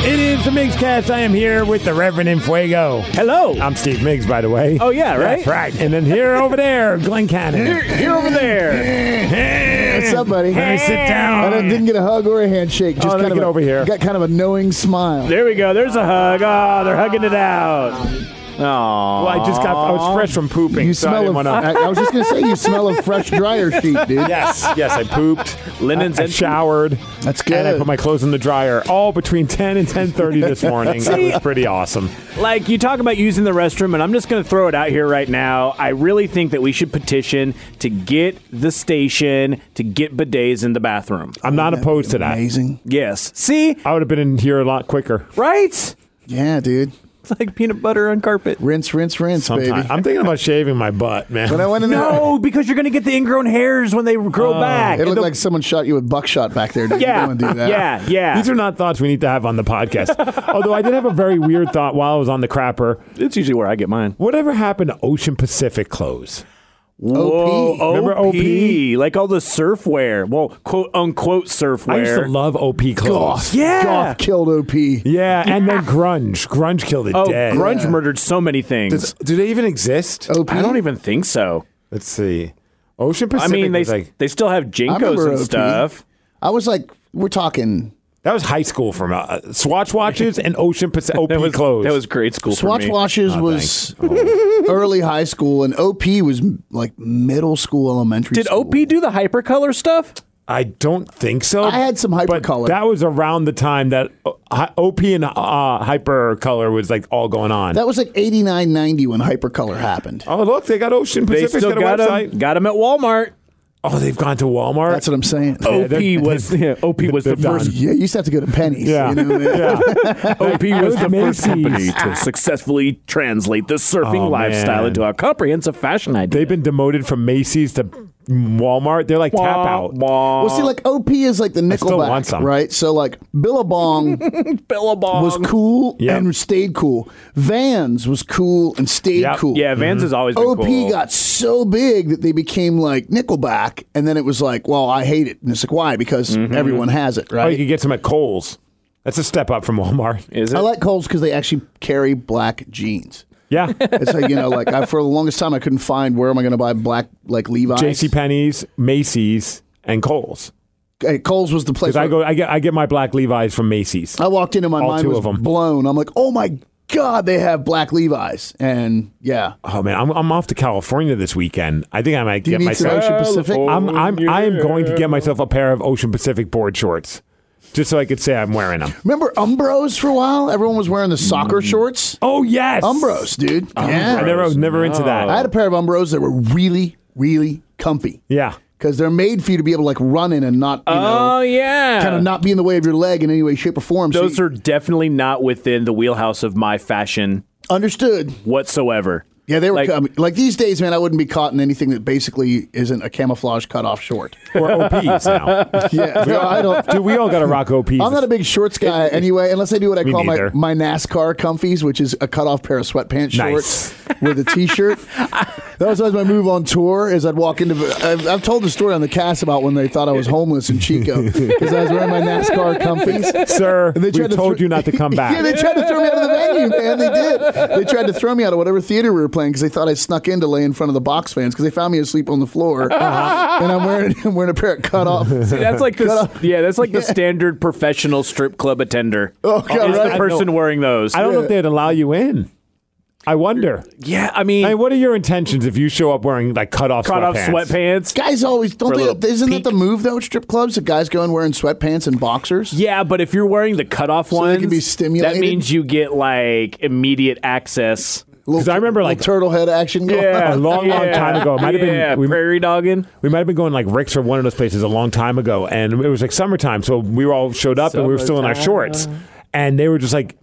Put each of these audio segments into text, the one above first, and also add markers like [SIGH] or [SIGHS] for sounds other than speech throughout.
It is the Miggs Cast. I am here with the Reverend Infuego. Hello. I'm Steve Miggs, by the way. Oh, yeah, right? That's right. And then here over there, Glenn Cannon. Here over there. What's What's up, buddy? Let me sit down. I don't- didn't get a hug or a handshake. Just Oh, let kind me of get a- over here. Got kind of a knowing smile. There we go. There's a hug. Oh, they're hugging it out. Aww. Well, I just got, I was fresh from pooping. You so I smell didn't of. wanna- I, I was just gonna say you smell of fresh dryer sheet, dude. Yes, yes, I pooped. [LAUGHS] Linens I, I and- showered. That's And I good. put my clothes in the dryer, all between 10 and 10.30 [LAUGHS] this morning. that was pretty awesome. Like, you talk about using the restroom, and I'm just going to throw it out here right now. I really think that we should petition to get the station to get bidets in the bathroom. I'm not opposed to that. Amazing. Yes. See? I would have been in here a lot quicker. Right? [LAUGHS] It's Yeah, dude. like peanut butter on carpet. Rinse, rinse, rinse, Sometime. baby. I'm thinking about shaving my butt, man. When I went in there, No, because you're going to get the ingrown hairs when they grow Oh. back. it looked And like someone shot you with buckshot back there. Dude. [LAUGHS] Yeah. You don't wanna do that. Yeah, [LAUGHS] yeah. These are not thoughts we need to have on the [LAUGHS] podcast. Although I did have a very weird thought while I was on the crapper. it's usually where I get mine. Whatever happened to Ocean Pacific clothes? Whoa, OP. OP. Remember OP? Like all the surfwear. Well, quote unquote surfwear. I used to love OP clothes. Goth. Yeah. Goth killed OP. Yeah, and then grunge. Grunge killed it oh, dead. grunge murdered so many things. Does- do they even exist? OP. I don't even think so. Let's see. Ocean I Pacific. mean, they was like they still have Jinkos remember and OP. stuff. I was like, we're talking. that was high school from uh, Swatch watches and Ocean [LAUGHS] Pacific OP That was clothes. that was grade school for Swatch me. Oh, washes was early high school, and OP was like middle school, elementary. Did school. OP do the hypercolor stuff? I don't think so. I had some but hypercolor. That was around the time that uh, hi- OP and uh, hypercolor was like all going on. That was like 89, 90 when Hypercolor happened. Oh, look, they got Ocean They Pacific's still got a got website. them. Got them at Walmart. Oh, they've gone to Walmart. That's what I'm saying. Oh, OP was [LAUGHS] OP was they're the done. [LAUGHS] first Yeah, you used to have to go to Penny's. Yeah. You know what I [LAUGHS] mean? OP was the Macy's. [LAUGHS] first company to successfully translate the surfing Oh, lifestyle man. into a comprehensive fashion idea. They've been demoted from Macy's to Walmart. They're like tap out. Well, see, like OP is like the still want Nickelback, some. right? So like Billabong [LAUGHS] Billabong was cool Yeah. and stayed cool. Vans was cool and stayed Yep. cool. Yeah, Vans has always been OP cool. got so big that they became like Nickelback, and then it was like, well, I hate it, and it's like, why? Because Mm-hmm. everyone has it, Oh, you right? can get some at Kohl's. That's a step up from Walmart. [LAUGHS] Is it? I like Coles because they actually carry black jeans. [LAUGHS] Yeah. It's like you know, like I, for the longest time, I couldn't find where am I going to buy black like Levi's. J.C. Penney's, Macy's, and Kohl's. Hey, Kohl's was the place. Because I where- go, I get, I get my black Levi's from Macy's. I walked into my All mind two was of 'em. blown. I'm like, oh my god, they have black Levi's, and yeah, Oh man, I'm, I'm off to California this weekend. I think I might do you get need myself. Oh. some Ocean Oh, Pacific? I'm, I'm, I am going to get myself a pair of Ocean Pacific board shorts, just so I could say I'm wearing them. Remember Umbros for a while? Everyone was wearing the soccer shorts. Oh yes, Umbros, dude. I Yeah, never, I was never into that. I had a pair of Umbros that were really, really comfy yeah. because they're made for you to be able to like run in and not, you Oh Ah. know, yeah, kind of not be in the way of your leg in any way, shape, or form. So Those you- are definitely not within the wheelhouse of my fashion understood. whatsoever. Yeah, they were Like- like, like these days, man. I wouldn't be caught in anything that basically isn't a camouflage cutoff [LAUGHS] short. Or OPs [LAUGHS] now. Yeah, no, I don't. Dude, we all got to rock OPs. I'm not a big shorts guy anyway, unless I do what I Me call neither. my, my NASCAR comfies, which is a cutoff pair of sweatpants shorts with a [LAUGHS] t-shirt. that was always my move on tour. Is I'd walk into. I've, I've told the story on the cast about when they thought I was homeless in Chico because I was wearing my NASCAR comfies. sir. And they We tried told to thro- you not to [LAUGHS] come back. yeah, they tried to throw me out of the venue, man. They did. They tried to throw me out of whatever theater we were playing because they thought I snuck in to lay in front of the box fans because they found me asleep on the floor, Uh-huh. and I'm wearing [LAUGHS] I'm wearing a pair of [LAUGHS] cutoff. That's like the yeah, that's like the standard professional strip club attender. Oh, God, is right. the person wearing those? I don't know if they'd allow you in. I wonder. Yeah, I mean, I mean, what are your intentions if you show up wearing like cut off cut off sweatpants. Guys always don't For a they? little Isn't peek. that the move though? at Strip clubs, the guys go in wearing sweatpants and boxers. Yeah, but if you're wearing the cutoff they ones, can be stimulated? that means you get like immediate access. Because I remember, like- turtle head action. going Yeah. A on. long, long time ago. It might have been- Yeah, we- prairie dogging. We might have been going like Rick's or one of those places a long time ago, and it was like summertime, so we were all showed up and we were still in our shorts, and they were just like,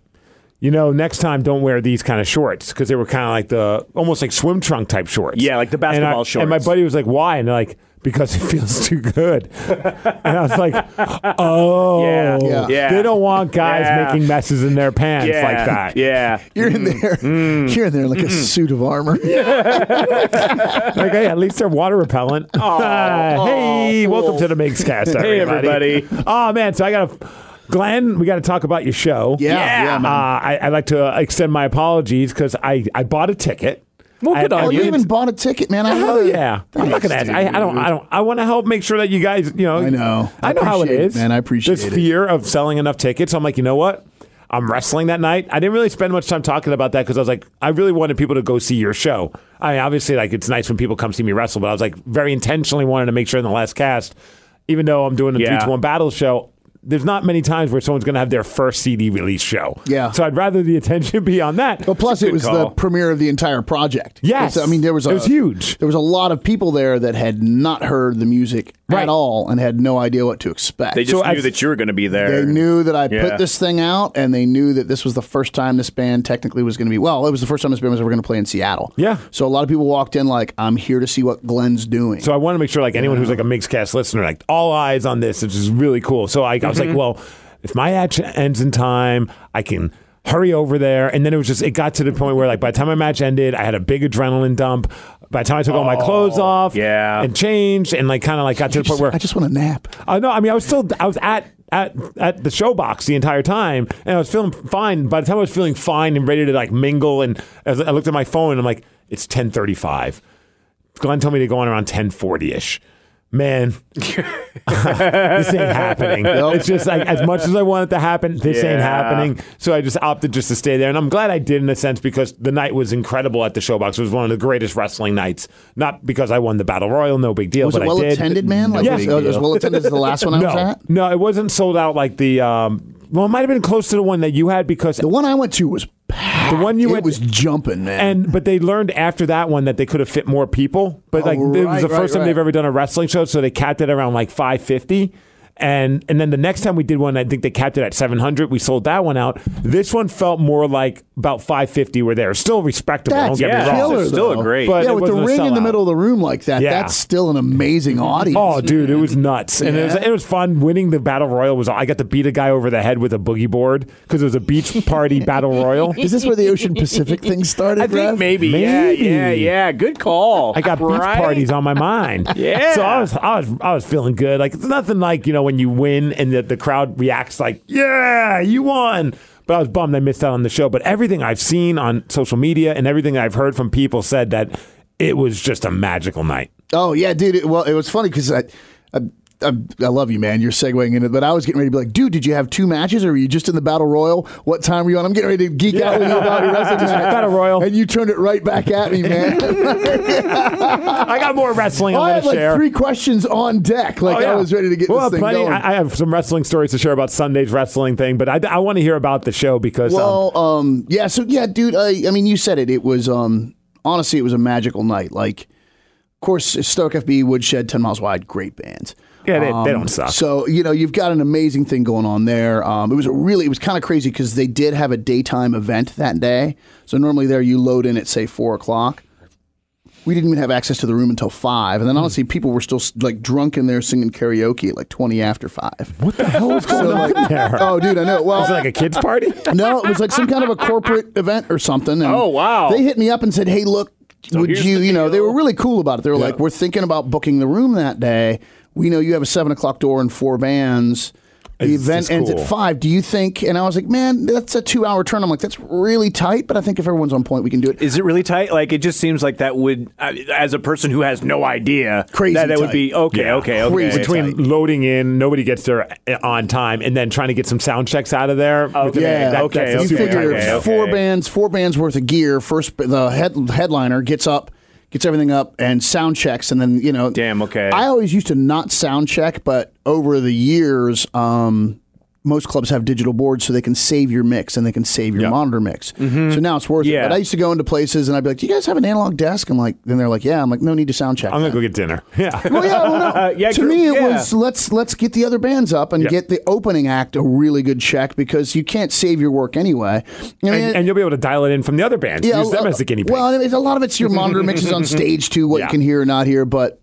you know, next time don't wear these kind of shorts because they were kind of like the almost like swim trunk type shorts. Yeah, like the And I- basketball And my shorts. buddy was like, "Why?" And they're like, "Because it [LAUGHS] feels too good." and I was [LAUGHS] like, "Oh, Yeah, Yeah. yeah. They don't want guys Yeah. making messes in their pants yeah, like that. Yeah. [LAUGHS] You're in there. You're in there like a suit of armor. Like, hey, at least they're water [LAUGHS] repellent. [LAUGHS] hey, welcome to the Migs Cast, [LAUGHS] Hey, everybody. oh, man, so I got to, Glenn, we got to talk about your show. Yeah, Yeah. yeah, Uh, man. I, I'd like to uh, extend my apologies because I, I bought a ticket. Well, good I- on oh, I you need- even bought a ticket, man. I Hell Uh, had a- Oh, yeah! I'm not gonna ask. I, I don't. I don't. I want to help make sure that you guys. You know. I know. I I know how it appreciate it, is, man. I appreciate There's it. fear of selling enough tickets. I'm like, you know what? I'm wrestling that night. I didn't really spend much time talking about that because I was like, I really wanted people to go see your show. I mean, obviously, like it's nice when people come see me wrestle, but I was like, very intentionally wanted to make sure in the last cast, even though I'm doing a Yeah. three to one battle show. There's not many times where someone's going to have their first CD release show. Yeah. So I'd rather the attention be on that. But plus, Good it was the call. premiere of the entire project. Yes. It's- I mean there was a, It was huge. There was a lot of people there that had not heard the music Right. at all and had no idea what to expect. They just I- knew that you were going to be there. They knew that I Yeah. put this thing out, and they knew that this was the first time this band technically was going to be. Well, it was the first time this band was ever going to play in Seattle. Yeah. So a lot of people walked in like, "I'm here to see what Glenn's doing." So I want to make sure, like anyone who's like a Mixcast listener, like all eyes on this, which is really cool. So I, I was like, well, if my match ends in time, I can hurry over there. And then it was just, it got to the point where, like, by the time my match ended, I had a big adrenaline dump. By the time I took all my clothes off, yeah. and changed, and like kind of like got to the point where I just want a nap. uh, no, I mean, I was still, I was at, at, at the show box the entire time, and I was feeling fine. By the time I was feeling fine and ready to like mingle, and as I looked at my phone, and I'm like, it's 10:35. Glenn told me to go on around 10:40 ish. Man, [LAUGHS] this ain't [LAUGHS] happening. It's just like as much as I want it to happen, this ain't Yeah. happening. So I just opted just to stay there, and I'm glad I did in a sense because the night was incredible at the Showbox. It was one of the greatest wrestling nights. Not because I won the battle royal, no big deal. Was but it well I did. attended, man? Like, Yeah. was, it as well attended as the last one [LAUGHS] I no, was at? No, it wasn't sold out like the. Um, well, it might have been close to the one that you had because The one I went to was packed. The one you it went- was jumping, man. and but they learned after that one that they could have fit more people. But Oh, like it was right, the right, first time right. they've ever done a wrestling show, so they capped it around like five fifty. And and then the next time we did one, I think they capped it at seven hundred. We sold that one out. This one felt more like about five fifty. Were there still respectable? That's don't get me Yeah, wrong. killer. it's still though. a great. But- yeah, it with the wasn't a ring in the sellout. middle of the room like that, Yeah. that's still an amazing audience. Oh, dude, it was nuts, and it was Yeah. it was fun. Winning the battle royal was I got to beat a guy over the head with a boogie board because it was a beach [LAUGHS] party battle royal. Is this where the Ocean [LAUGHS] Pacific thing started? I think Rev? maybe, Yeah, Maybe. yeah, yeah. Good call. I got beach Right? parties on my mind. [LAUGHS] Yeah. So I was I was I was feeling good. Like it's nothing like, you know, when you win and the, the crowd reacts like, Yeah, you won. But I was bummed I missed out on the show. But everything I've seen on social media and everything I've heard from people said that it was just a magical night. Oh yeah, dude. It, well, it was funny because I, I, I, I love you, man. You're segueing into it, but I was getting ready to be like, dude, did you have two matches, or were you just in the battle royal? What time were you on? I'm getting ready to geek out with you [LAUGHS] about your wrestling match. Battle royal. and you turned it right back at me, man. [LAUGHS] I got more wrestling I I'm had gonna like share. Oh, three questions on deck. Like I was ready to get well, this thing plenty- going. I, I have some wrestling stories to share about Sunday's wrestling thing, but I, I want to hear about the show because um, Well, um, yeah. So yeah, dude. I, I mean, you said it. It was um, honestly, it was a magical night. Like, of course, Stoke FB, Woodshed, Ten Miles Wide, great bands. Um, yeah, they, they don't suck. So you know you've got an amazing thing going on there. Um, it was a really it was kind of crazy because they did have a daytime event that day. So normally there you load in at say four o'clock. We didn't even have access to the room until Hmm. five, and then honestly people were still like drunk in there singing karaoke at like twenty after five. what the hell was going So, on like- there? oh, dude, I know. Well, was it like a kids party? [LAUGHS] no, it was like some kind of a corporate event or something. and Oh, wow. They hit me up and said, "Hey, look, would here's you? the You know, they deal. were really cool about it. They were like, we're thinking about booking the room that day. We know you have a seven o'clock door and four bands. The It's- event it's ends cool. at five. Do you think? And I was like, man, that's a two-hour turn. I'm like, that's really tight, but I think if everyone's on point, we can do it. Is it really tight? Like it just seems like that would, I- as a person who has no idea, Crazy that, that would tight. be okay, Yeah. okay, okay. Crazy tight. Between loading in, nobody gets there on time, and then trying to get some sound checks out of there. with the- Oh, Yeah, that- okay, that's a you super figure tight day. okay. four bands, four bands worth of gear. First, the head, headliner gets up, gets everything up, and sound checks, and then you know. Damn, okay. I always used to not sound check, but over the years, um, most clubs have digital boards so they can save your mix and they can save your monitor mix. So now it's worth Mm-hmm. Yeah. it. But I used to go into places and I'd be like, "Do you guys have an analog desk?" And like, then they're like, "Yeah." I'm like, "No need to sound check." I'm gonna that." go get dinner. [LAUGHS] Yeah. Well, Oh, yeah, well, no. [LAUGHS] Uh, yeah, to gr- me, it yeah. was let's let's get the other bands up and Yeah. get the opening act a really good check because you can't save your work anyway. I mean, and, and you'll be able to dial it in from the other bands. Use them a- as a guinea pig. Well, I mean, a lot of it's your monitor mixes on stage too, what Yeah. you can hear or not hear. But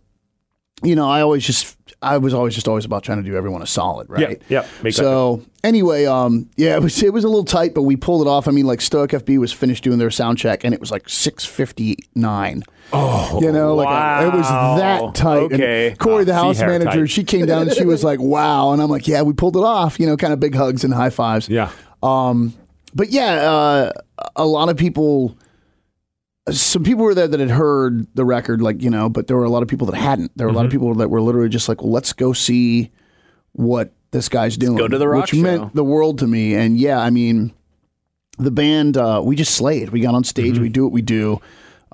you know, I always just I was always just always about trying to do everyone a solid, right? yeah, makes so anyway, um, yeah, it was it was a little tight, but we pulled it off. I mean, like Stoic FB was finished doing their sound check, and it was like six fifty nine. Oh, you know, like I- it was wow. that tight. And Okay. Corey, the Ah, see house how manager, tight. she came down and she was like, "Wow," and I'm like, "Yeah, we pulled it off." You know, kind of big hugs and high fives. yeah. But yeah, uh, a lot of people, some people were there that had heard the record, like, you know, but there were a lot of people that hadn't. There were a lot of people that were literally just like, well, let's go see what this guy's doing. go to the rock Which show. meant the world to me. And yeah, I mean, the band, uh, we just slayed. We got on stage, we do what we do.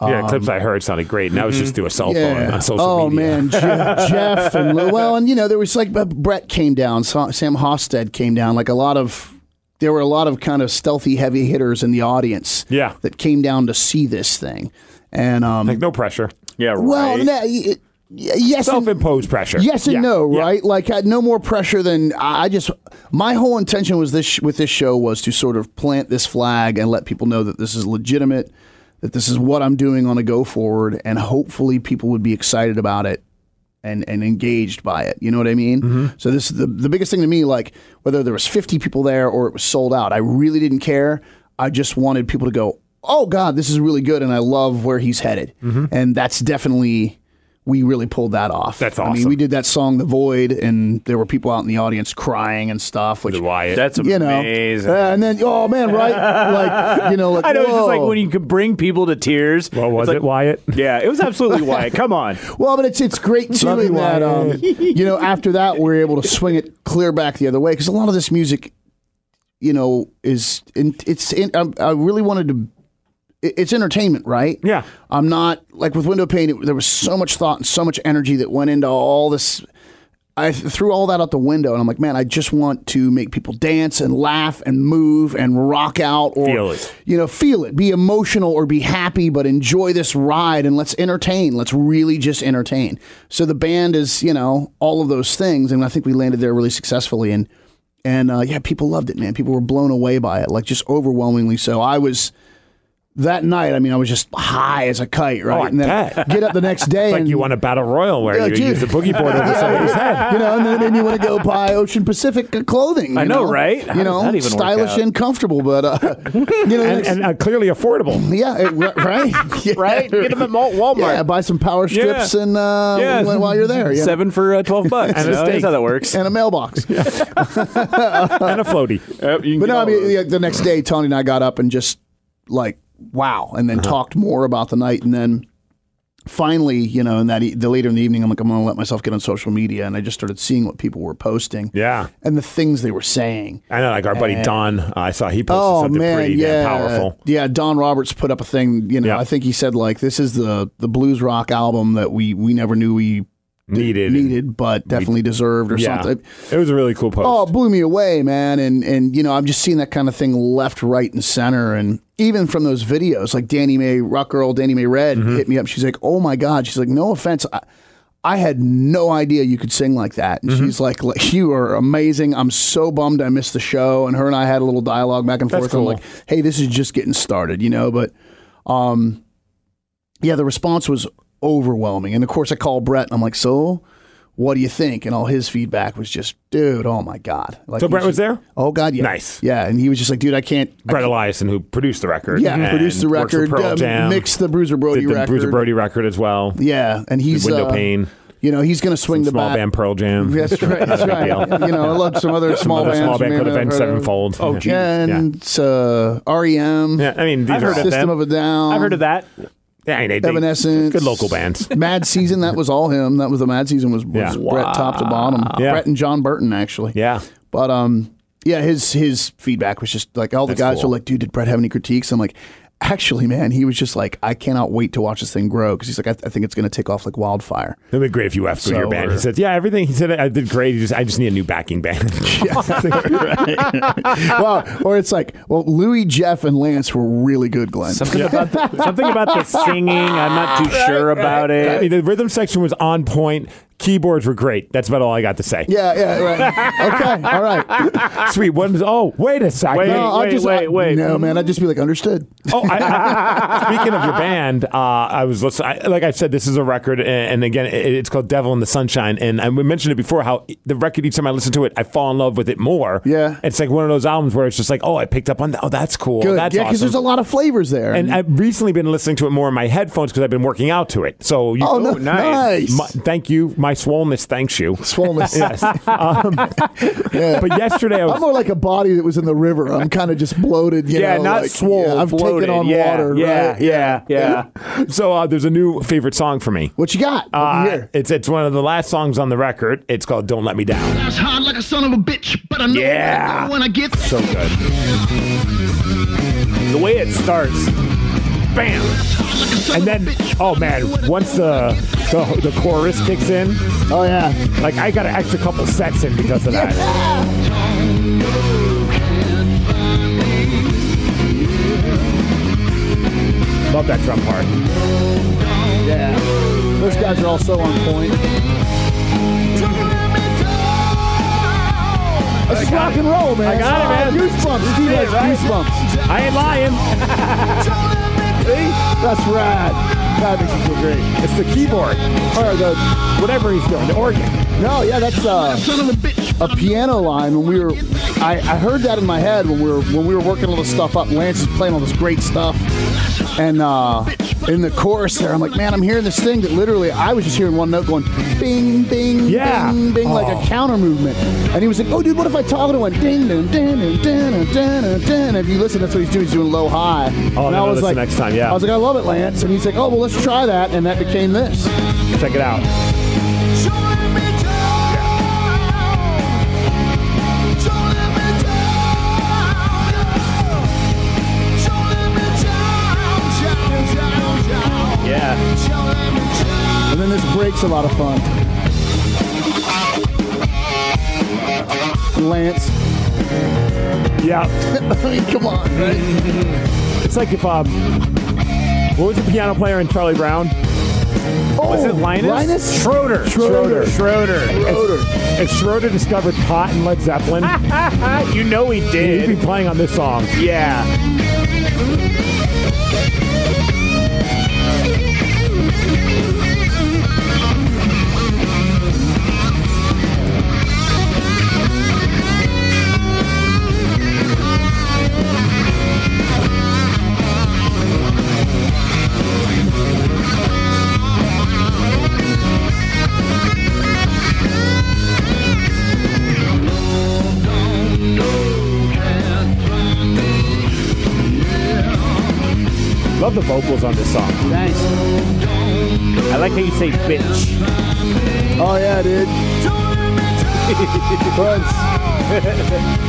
yeah, clips I heard sounded great. Now it's just through a cell phone on social um, mm-hmm. oh, media. man, Jeff, Jeff and Lou- well, and you know there was like uh, Brett came down, Sa- Sam Hofstad came down, like a lot of there were a lot of kind of stealthy heavy hitters in the audience, Yeah. that came down to see this thing, and um, Like no pressure. yeah, right. well, no, y- y- yes, and- Self-imposed pressure. Yes and Yeah, no, yeah. right? Like I, no more pressure than I I just. My whole intention was this sh- with this show was to sort of plant this flag and let people know that this is legitimate, that this is what I'm doing on a go forward, and hopefully people would be excited about it and and engaged by it. You know what I mean? Mm-hmm. So this is the the biggest thing to me. Like whether there was 50 people there or it was sold out, I really didn't care. I just wanted people to go. Oh God, this is really good, and I love where he's headed, Mm-hmm. and that's definitely we really pulled that off. That's I mean, awesome. we did that song "The Void," and there were people out in the audience crying and stuff, which The Wyatt. That's you know, amazing. Uh, and then oh man, right? like you know, like [LAUGHS] I know it's just like whoa. when you could bring people to tears. well, was it's like, it Wyatt? [LAUGHS] Yeah, it was absolutely Wyatt. Come on. Well, but it's it's great too Love you, in that um, Wyatt. you know after that we we're able to swing it clear back the other way because a lot of this music, you know, is in, it's in, I, I really wanted to. it- It's entertainment, right? Yeah. I'm not like with window pane. It, there was so much thought and so much energy that went into all this. I th- threw all that out the window, and I'm like, man, I just want to make people dance and laugh and move and rock out, or Feel it. you know, feel it, be emotional or be happy, but enjoy this ride and let's entertain. Let's really just entertain. So the band is, you know, all of those things, and I think we landed there really successfully. And and uh, yeah, people loved it, man. People were blown away by it, like just overwhelmingly. So I was that night. I mean, I was just high as a kite, right? Oh, I and then bet. get up [LAUGHS] the next day. Like and, you won a battle royal where Yeah, you dude. use the boogie board [LAUGHS] over somebody's head. you know, and then it made me want to go buy Ocean Pacific clothing. You I know, right? How You does know, that even work stylish out? and comfortable, but uh, [LAUGHS] you know, And, and uh, clearly affordable. yeah, it, right, Yeah. [LAUGHS] Right? Get them at Malt- [LAUGHS] Walmart. Yeah, buy some power strips Yeah. and uh, Yeah. wh- while you're there, yeah. Seven for [LAUGHS] uh, 12 bucks. And a you know? steak. That's how that works. and a [LAUGHS] mailbox. and a floaty. But no, I mean, yeah, the next day, Tony and I got up and just like wow, and Uh-huh. then talked more about the night, and then finally, you know, in that e- the later in the evening, I'm like, I'm going to let myself get on social media, and I just started seeing what people were posting, Yeah. and the things they were saying. I know, like our buddy Don, uh, I saw he posted Oh something man, pretty yeah, damn powerful. Yeah, Don Roberts put up a thing. You know, Yeah. I think he said like this is the the blues rock album that we we never knew we Needed. needed, but definitely deserved or Yeah. something. It was a really cool post. Oh, it blew me away, man. And and you know, I'm just seeing that kind of thing left, right, and center. And even from those videos, like Danny Mae, Rock Girl, Danny Mae Red Mm-hmm. hit me up. She's like, "Oh my god." She's like, "No offense." I, I had no idea you could sing like that. Mm-hmm. And she's like, like, [LAUGHS] You are amazing. I'm so bummed I missed the show. And her and I had a little dialogue back and That's forth. cool. I'm like, Hey, this is just getting started, you know? But yeah, the response was overwhelming. And of course, I called Brett and I'm like, so what do you think? And all his feedback was just, dude, oh my God. Like, So Brett he was there? Oh, God, yeah. Nice. Yeah. And he was just like, dude, I can't. I Brett Eliason, who produced the record. yeah, and produced the worked for record, Pearl uh, Jam, mixed the Bruiser Brody did the record. Bruiser Brody record as well. Yeah, and he's Window uh, pane. You know, he's going to swing the small bat. band Pearl Jam. [LAUGHS] That's [LAUGHS] right. That's big right. deal. You know, I love some other small Another bands. small band you may could have not been heard of. sevenfold. Oh, Yeah, and uh, REM. Yeah, I mean, these I've are heard of System them. of a Down. I've heard of that. Yeah, I mean, they- they- Evanescence. Good local bands. [LAUGHS] Mad Season. That was all him. That was the Mad Season. Was, was Yeah. Brett top to bottom. Yeah. Brett and John Burton actually. Yeah. But um, yeah, his his feedback was just like all the guys cool. were like, "Dude, did Brett have any critiques?" I'm like, "Actually, man, he was just like, I cannot wait to watch this thing grow because he's like, I, I think it's going to take off like wildfire." It'd be great if you F Goodyear So, band. He uh, said, "Yeah, everything." He said, "I did great. He just, I just need a new backing [LAUGHS] band." [LAUGHS] well, or it's like, well, Louis, Jeff, and Lance were really good, Glenn. Something about the, [LAUGHS] something about the singing. I'm not too sure about I it. mean, the rhythm section was on point. Keyboards were great. That's about all I got to say. yeah, yeah, right. okay, all right. [LAUGHS] Sweet. One. Oh, wait a second. Wait, No, I'll wait, just- wait, I- wait. No, man, I'd just be like, understood. [LAUGHS] Oh, I, I- speaking of your band, uh, I was listening. I, like I said, this is a record, and, and again, it, it's called "Devil in the Sunshine." And I we mentioned it before how the record each time I listen to it, I fall in love with it more. Yeah. it's like one of those albums where it's just like, oh, I picked up on that. Oh, that's cool. Good. That's yeah, awesome. there's a lot of flavors there. and [LAUGHS] I've recently been listening to it more in my headphones because I've been working out to it. So you, oh, no, Ooh, nice. nice. my, thank you, my swollenness thanks you. [LAUGHS] Swollenness. Yes. Um, But yesterday I was [LAUGHS] I'm more like a body that was in the river. I'm kind of just bloated. You yeah, know, not like, swole. yeah, I've bloated. taken on yeah, water. Yeah, right? yeah, yeah. so uh, there's a new favorite song for me. What you got? Uh, Over here. It's it's one of the last songs on the record. It's called "Don't Let Me Down." I was hard like a son of a bitch, but I know Yeah. when I get there. So good. The way it starts, bam, And then, oh man, once the the, the chorus kicks in, oh yeah. like I got an extra couple sets in because of that. Love that drum part. Yeah. Those guys are all so on point. This is rock and roll, man. I got it, Ah, man. Goosebumps. Steve has goosebumps. I ain't lying. That's rad. That makes me feel great. It's the keyboard Or the, whatever he's doing, the organ. no, yeah, that's uh, Son of a bitch. a piano line when we were I, I heard that in my head when we were when we were working all this stuff up lance is playing all this great stuff and uh in the chorus there i'm like man i'm hearing this thing that literally i was just hearing one note going bing bing Yeah. bing bing like Oh. a counter movement and he was like oh dude what if i toggle to one ding ding ding ding ding ding ding ding if you listen that's what he's doing he's doing low high I'll and never i was Oh, listen like next time, yeah. i was like i love it lance and he's like oh well let's try that and that became this Check it out. yeah. and then this break's a lot of fun lance [LAUGHS] Yeah, I mean, come on, right? it's like if um, what was the piano player in Charlie Brown? Was it Linus? Oh, Linus? Schroeder. Schroeder. Schroeder. [LAUGHS] Schroeder. If Schroeder discovered pot and Led Zeppelin, you know he he'd be did. playing on this song. Yeah. Love the vocals on this song. Nice. I like how you say bitch. Oh yeah, dude. Friends.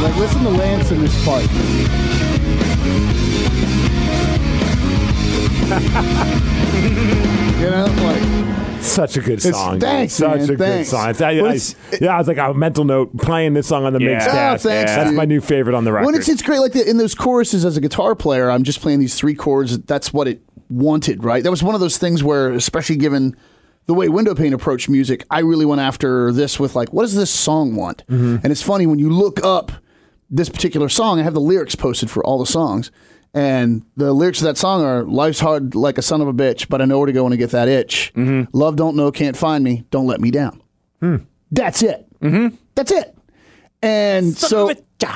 Like, listen to Lance in this part. [LAUGHS] you know, like Such a good song. dude. thanks, Such man, a thanks. good song. I- I- Well, it's- yeah, I was like a mental note playing this song on the mix. Yeah. cast. Oh, thanks, That's dude. my new favorite on the record. when it's it's great. Like the, in those choruses, as a guitar player, I'm just playing these three chords. That's what it wanted, right? That was one of those things where, especially given the way window pane approached music, I really went after this with like, what does this song want? Mm-hmm. And it's funny when you look up this particular song, I have the lyrics posted for all the songs. And the lyrics of that song are Life's hard like a son of a bitch, but I know where to go when I get that itch. Mm-hmm. Love don't know, can't find me, don't let me down. Hmm. That's it. Mm-hmm. That's it. And so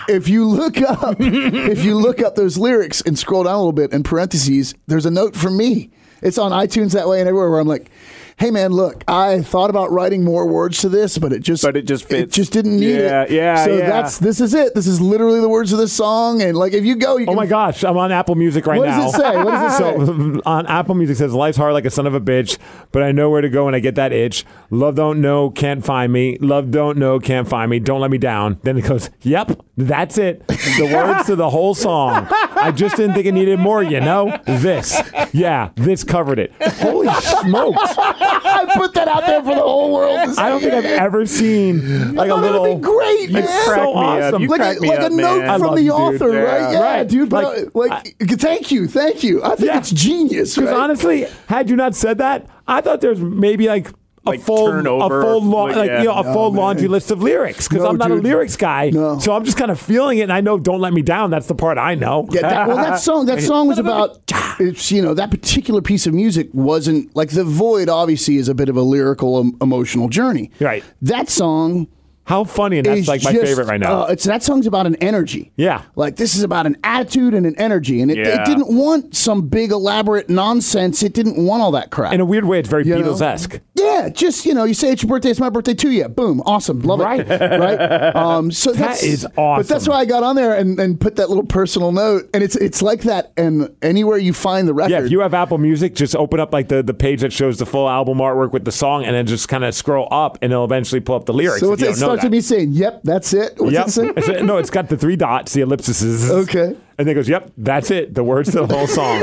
if you look up [LAUGHS] if you look up those lyrics and scroll down a little bit in parentheses, there's a note from me. It's on iTunes that way and everywhere where I'm like, hey man, look, I thought about writing more words to this, but it just But it just it fits. just didn't need Yeah, it. yeah, So yeah. that's this is it. This is literally the words of this song. And like if you go, you Oh can my gosh, I'm on Apple Music right What now. does it say? What does it [LAUGHS] So on Apple Music it says life's hard like a son of a bitch, but I know where to go when I get that itch. Love don't know, can't find me. Love don't know, can't find me. Don't let me down. Then it goes, "Yep, that's it." The words to the whole song. I just didn't think it needed more, you know? This. Yeah, this covered it. Holy smokes. [LAUGHS] I put that out there for the whole world. [LAUGHS] To see. I don't think I've ever seen like a thought it little would be great, It's man. so Crack me up. awesome. You like crack a, me like up, a man. note I from love the you, dude. author, Yeah. right? Yeah, Right. dude. But Like- like, thank you, thank you. I think Yeah. it's genius. Because right? honestly, had you not said that, I thought there's maybe like a Like full, turnover, a full, la- like, like, yeah. you know, a No, full Oh, man. laundry list of lyrics. Because No, I'm not a dude. lyrics guy, No. so I'm just kind of feeling it. And I know "Don't Let Me Down." That's the part I know. Yeah, that, well, that [LAUGHS] song that song was about it's you know that particular piece of music wasn't like the void. Obviously, is a bit of a lyrical em- emotional journey. Right. That song How funny! And is that's like my just- favorite right now. uh, it's that song's about an energy. Yeah. like this is about an attitude and an energy, and it, Yeah. it didn't want some big elaborate nonsense. It didn't want all that crap. In a weird way, it's very you know? Beatles esque. Yeah, just you know, you say it's your birthday, it's my birthday too. Yeah, boom, awesome, love Right. it, [LAUGHS] right? Um, so that's, is awesome. But that's why I got on there and, and put that little personal note, and it's it's like that. And anywhere you find the record, Yeah, if you have Apple Music, just open up like the, the page that shows the full album artwork with the song, and then just kind of scroll up, and it'll eventually pull up the lyrics. if so it's, you don't it know starts that. with me saying, "Yep, that's it." What's Yep. it say? no, it's got the three dots, the ellipses. Okay. And then it goes, yep, that's it. The words to the whole [LAUGHS] song.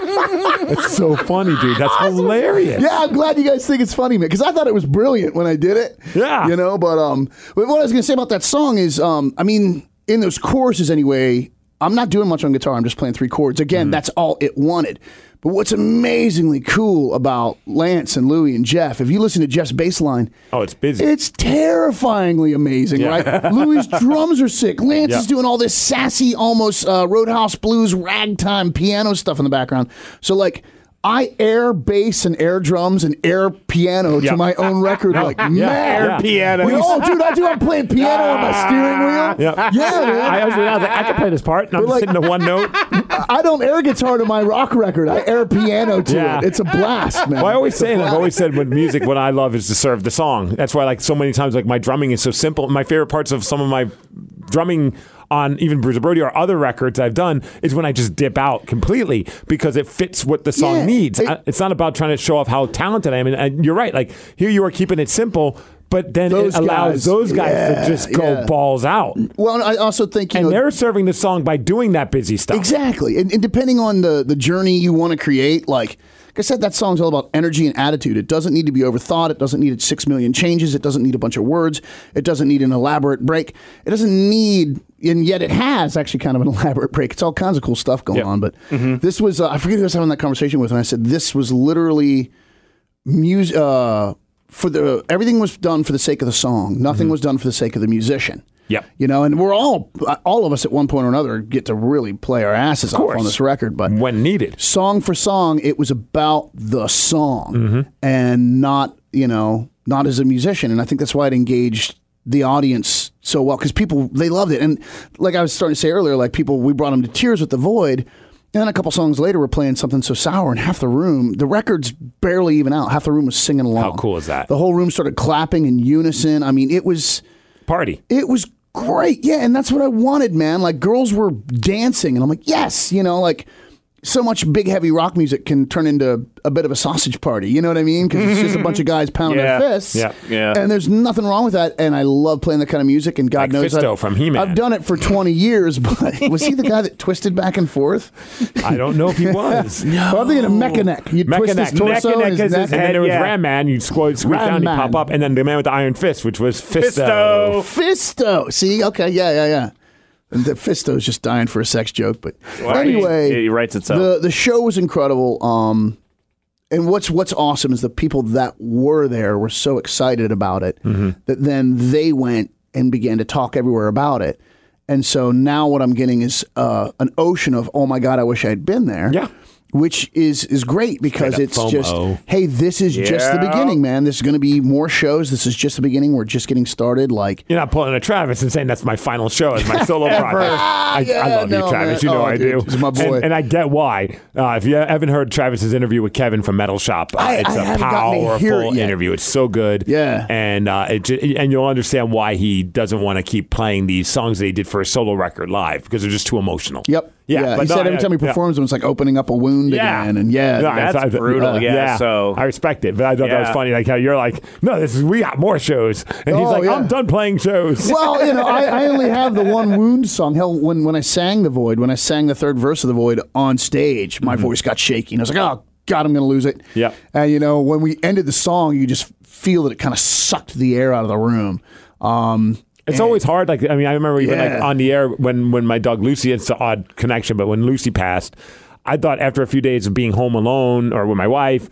it's so funny, dude. That's hilarious. Yeah, I'm glad you guys think it's funny, man, because I thought it was brilliant when I did it. Yeah. you know. But um, but what I was gonna say about that song is, um, I mean, in those choruses anyway, I'm not doing much on guitar. I'm just playing three chords. Again, that's all it wanted. But what's amazingly cool about Lance and Louie and Jeff, if you listen to Jeff's bass line, Oh, it's busy. it's terrifyingly [LAUGHS] amazing, right? Louis' drums are sick. Lance Yeah. is doing all this sassy, almost uh, Roadhouse blues, ragtime piano stuff in the background. So, like, I air bass and air drums and air piano Yeah. to my own record like mad. Air Yeah. piano. We all, dude, I do. I'm playing piano [LAUGHS] on my steering wheel. Yeah. Yeah, man. I, always, I was like, I can play this part. And I'm just like- hitting the one note. I don't air guitar to my rock record. I air piano to Yeah. it. It's a blast, man. Well, I always say, and I've always said, with music, what I love is to serve the song. That's why, like, so many times, like, my drumming is so simple. My favorite parts of some of my drumming on even Bruiser Brody or other records I've done is when I just dip out completely because it fits what the song Yeah, needs. it- I- it's not about trying to show off how talented I am. And, and you're right. Like, here you are keeping it simple, but then Those it allows guys. those guys Yeah, to just go yeah. balls out. Well, and I also think you And know they're serving the song by doing that busy stuff. Exactly. And, and depending on the, the journey you want to create, like, like I said, that song's all about energy and attitude. It doesn't need to be overthought. It doesn't need six million changes. It doesn't need a bunch of words. It doesn't need an elaborate break. It doesn't need, and yet it has actually kind of an [LAUGHS] elaborate break. It's all kinds of cool stuff going Yep. Mm-hmm. on. But this was, uh, I forget who I was having that conversation with, and I said, this was literally music uh, for the everything was done for the sake of the song. Nothing was done for the sake of the musician. Yep. You know, and we're all all of us at one point or another get to really play our asses off on course. this record, but When needed. song for song, it was about the song Mm-hmm. and not you know not as a musician. And I think that's why it engaged the audience so well because people they loved it. And like I was starting to say earlier, like people we brought them to tears with the void. And then a couple songs later, we're playing something so sour, and half the room, the record's barely even out. Half the room was singing along. How cool is that? The whole room started clapping in unison. I mean, it was Party. it was great. Yeah, and that's what I wanted, man. Like girls were dancing, and I'm like, yes, you know, like so much big heavy rock music can turn into a bit of a sausage party. You know what I mean? Because it's just a bunch of guys pounding Yeah. their fists. Yeah. Yeah. And there's nothing wrong with that. And I love playing that kind of music. And God Like knows Fisto I've, from He-Man. I've done it for 20 years. [LAUGHS] But was he the guy that twisted back and forth? I don't know if [LAUGHS] he was. Probably in a mechaneck. You twist his Mechaneck. torso Mechaneck and his neck. is his And then head. there was yeah. Ram Man. You'd squeeze, squeeze Ram down, he'd Man. pop up, and then the man with the iron fist, which was Fisto. Fisto. Fisto. See, okay, yeah, yeah, yeah. And the Fisto's just dying for a sex joke, but Well, anyway, he- he writes itself. The the show was incredible. Um, and what's what's awesome is the people that were there were so excited about it Mm-hmm. that then they went and began to talk everywhere about it. And so now what I'm getting is uh, an ocean of oh my god, I wish I'd been there. Yeah. Which is is great because it's just FOMO. hey, this is just the Yeah. beginning, man. This is going to be more shows. This is just the beginning. We're just getting started. Like You're not pulling a Travis and saying that's my final show as [LAUGHS] my solo project. I, yeah, I love no, you, Travis. man. You know Oh, I dude, do. he's my boy. And, and I get why. Uh, if you haven't heard Travis's interview with Kevin from Metal Shop, uh, I- it's I a haven't gotten to hear it powerful yet. interview. It's so good. Yeah. And uh, it ju- and you'll understand why he doesn't want to keep playing these songs that he did for his solo record live because they're just too emotional. Yep. Yeah. but he no, said every I- time he yeah. performs them, it's like opening up a wound Yeah. again. And yeah. No, that's I- I- brutal. Yeah, so- I respect it, but I thought that was Yeah. funny. Like how you're like, no, this is we got more shows, and he's Oh, like, yeah. I'm done playing shows. [LAUGHS] well, you know, I, I only have the one wound song. Hell, when, when I sang The Void, when I sang the third verse of The Void on stage, my voice got shaky. And I was like, oh, God, I'm going to lose it. Yep. And, you know, when we ended the song, you just feel that it kind of sucked the air out of the room. Um, It's always hard. Like I mean, I remember even like Yeah. on the air when when my dog Lucy. It's an odd connection, but when Lucy passed, I thought after a few days of being home alone or with my wife.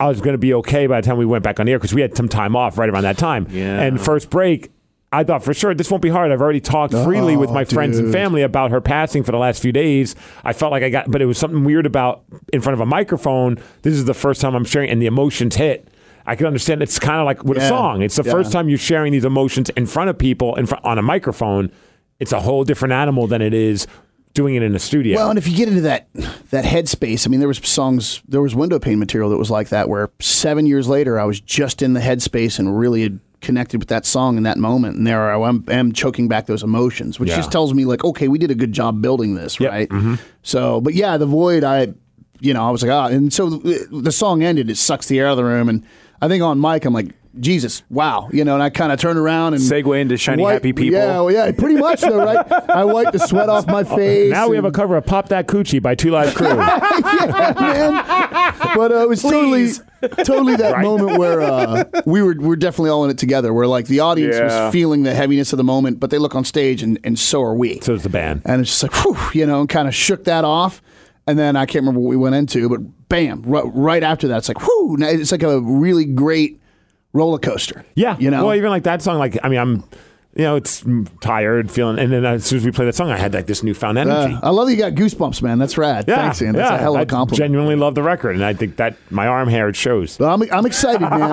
I was going to be okay by the time we went back on the air because we had some time off right around that time. Yeah. And first break, I thought for sure this won't be hard. I've already talked freely with my friends and Oh, dude. family about her passing for the last few days. I felt like I got, but it was something weird about in front of a microphone. This is the first time I'm sharing, and the emotions hit. I can understand it's kind of like with a Yeah. song. It's the Yeah. first time you're sharing these emotions in front of people in front on a microphone. It's a whole different animal than it is doing it in a studio. Well, and if you get into that that headspace, I mean, there was songs, there was window pane material that was like that, where seven years later, I was just in the headspace and really had connected with that song in that moment, and there I am, am choking back those emotions, which Yeah. just tells me like, okay, we did a good job building this, Yep. Mm-hmm. right? So, but yeah, the void, I, you know, I was like, ah, and so the, the song ended, it sucks the air out of the room, and I think on mic, I'm like. Jesus, wow, you know, and I kind of turned around and Segue into shiny, happy people. Yeah, well, yeah, pretty much though, right? I wiped the sweat off my [LAUGHS] face. now we have a and- cover of "Pop That Coochie" by Two Live [LAUGHS] Crew. but uh, it was Please. totally, totally that moment where uh, we were we're definitely all in it together. Where like the audience Yeah. was feeling the heaviness of the moment, but they look on stage and and so are we. so does the band. and it's just like whew, you know, and kind of shook that off. And then I can't remember what we went into, but bam, r- right after that, it's like whoo, now it's like a really great roller coaster. Yeah, you know, Well, even like that song. Like I mean, I'm, you know, it's mm, tired, feeling, and then as soon as we play that song, I had like this newfound energy. Uh, I love that you got goosebumps, man. That's rad. yeah, Thanks, Ian. That's yeah. a hell of I a compliment. Genuinely love the record, and I think that my arm hair it shows. But I'm, I'm excited, man. [LAUGHS] Um,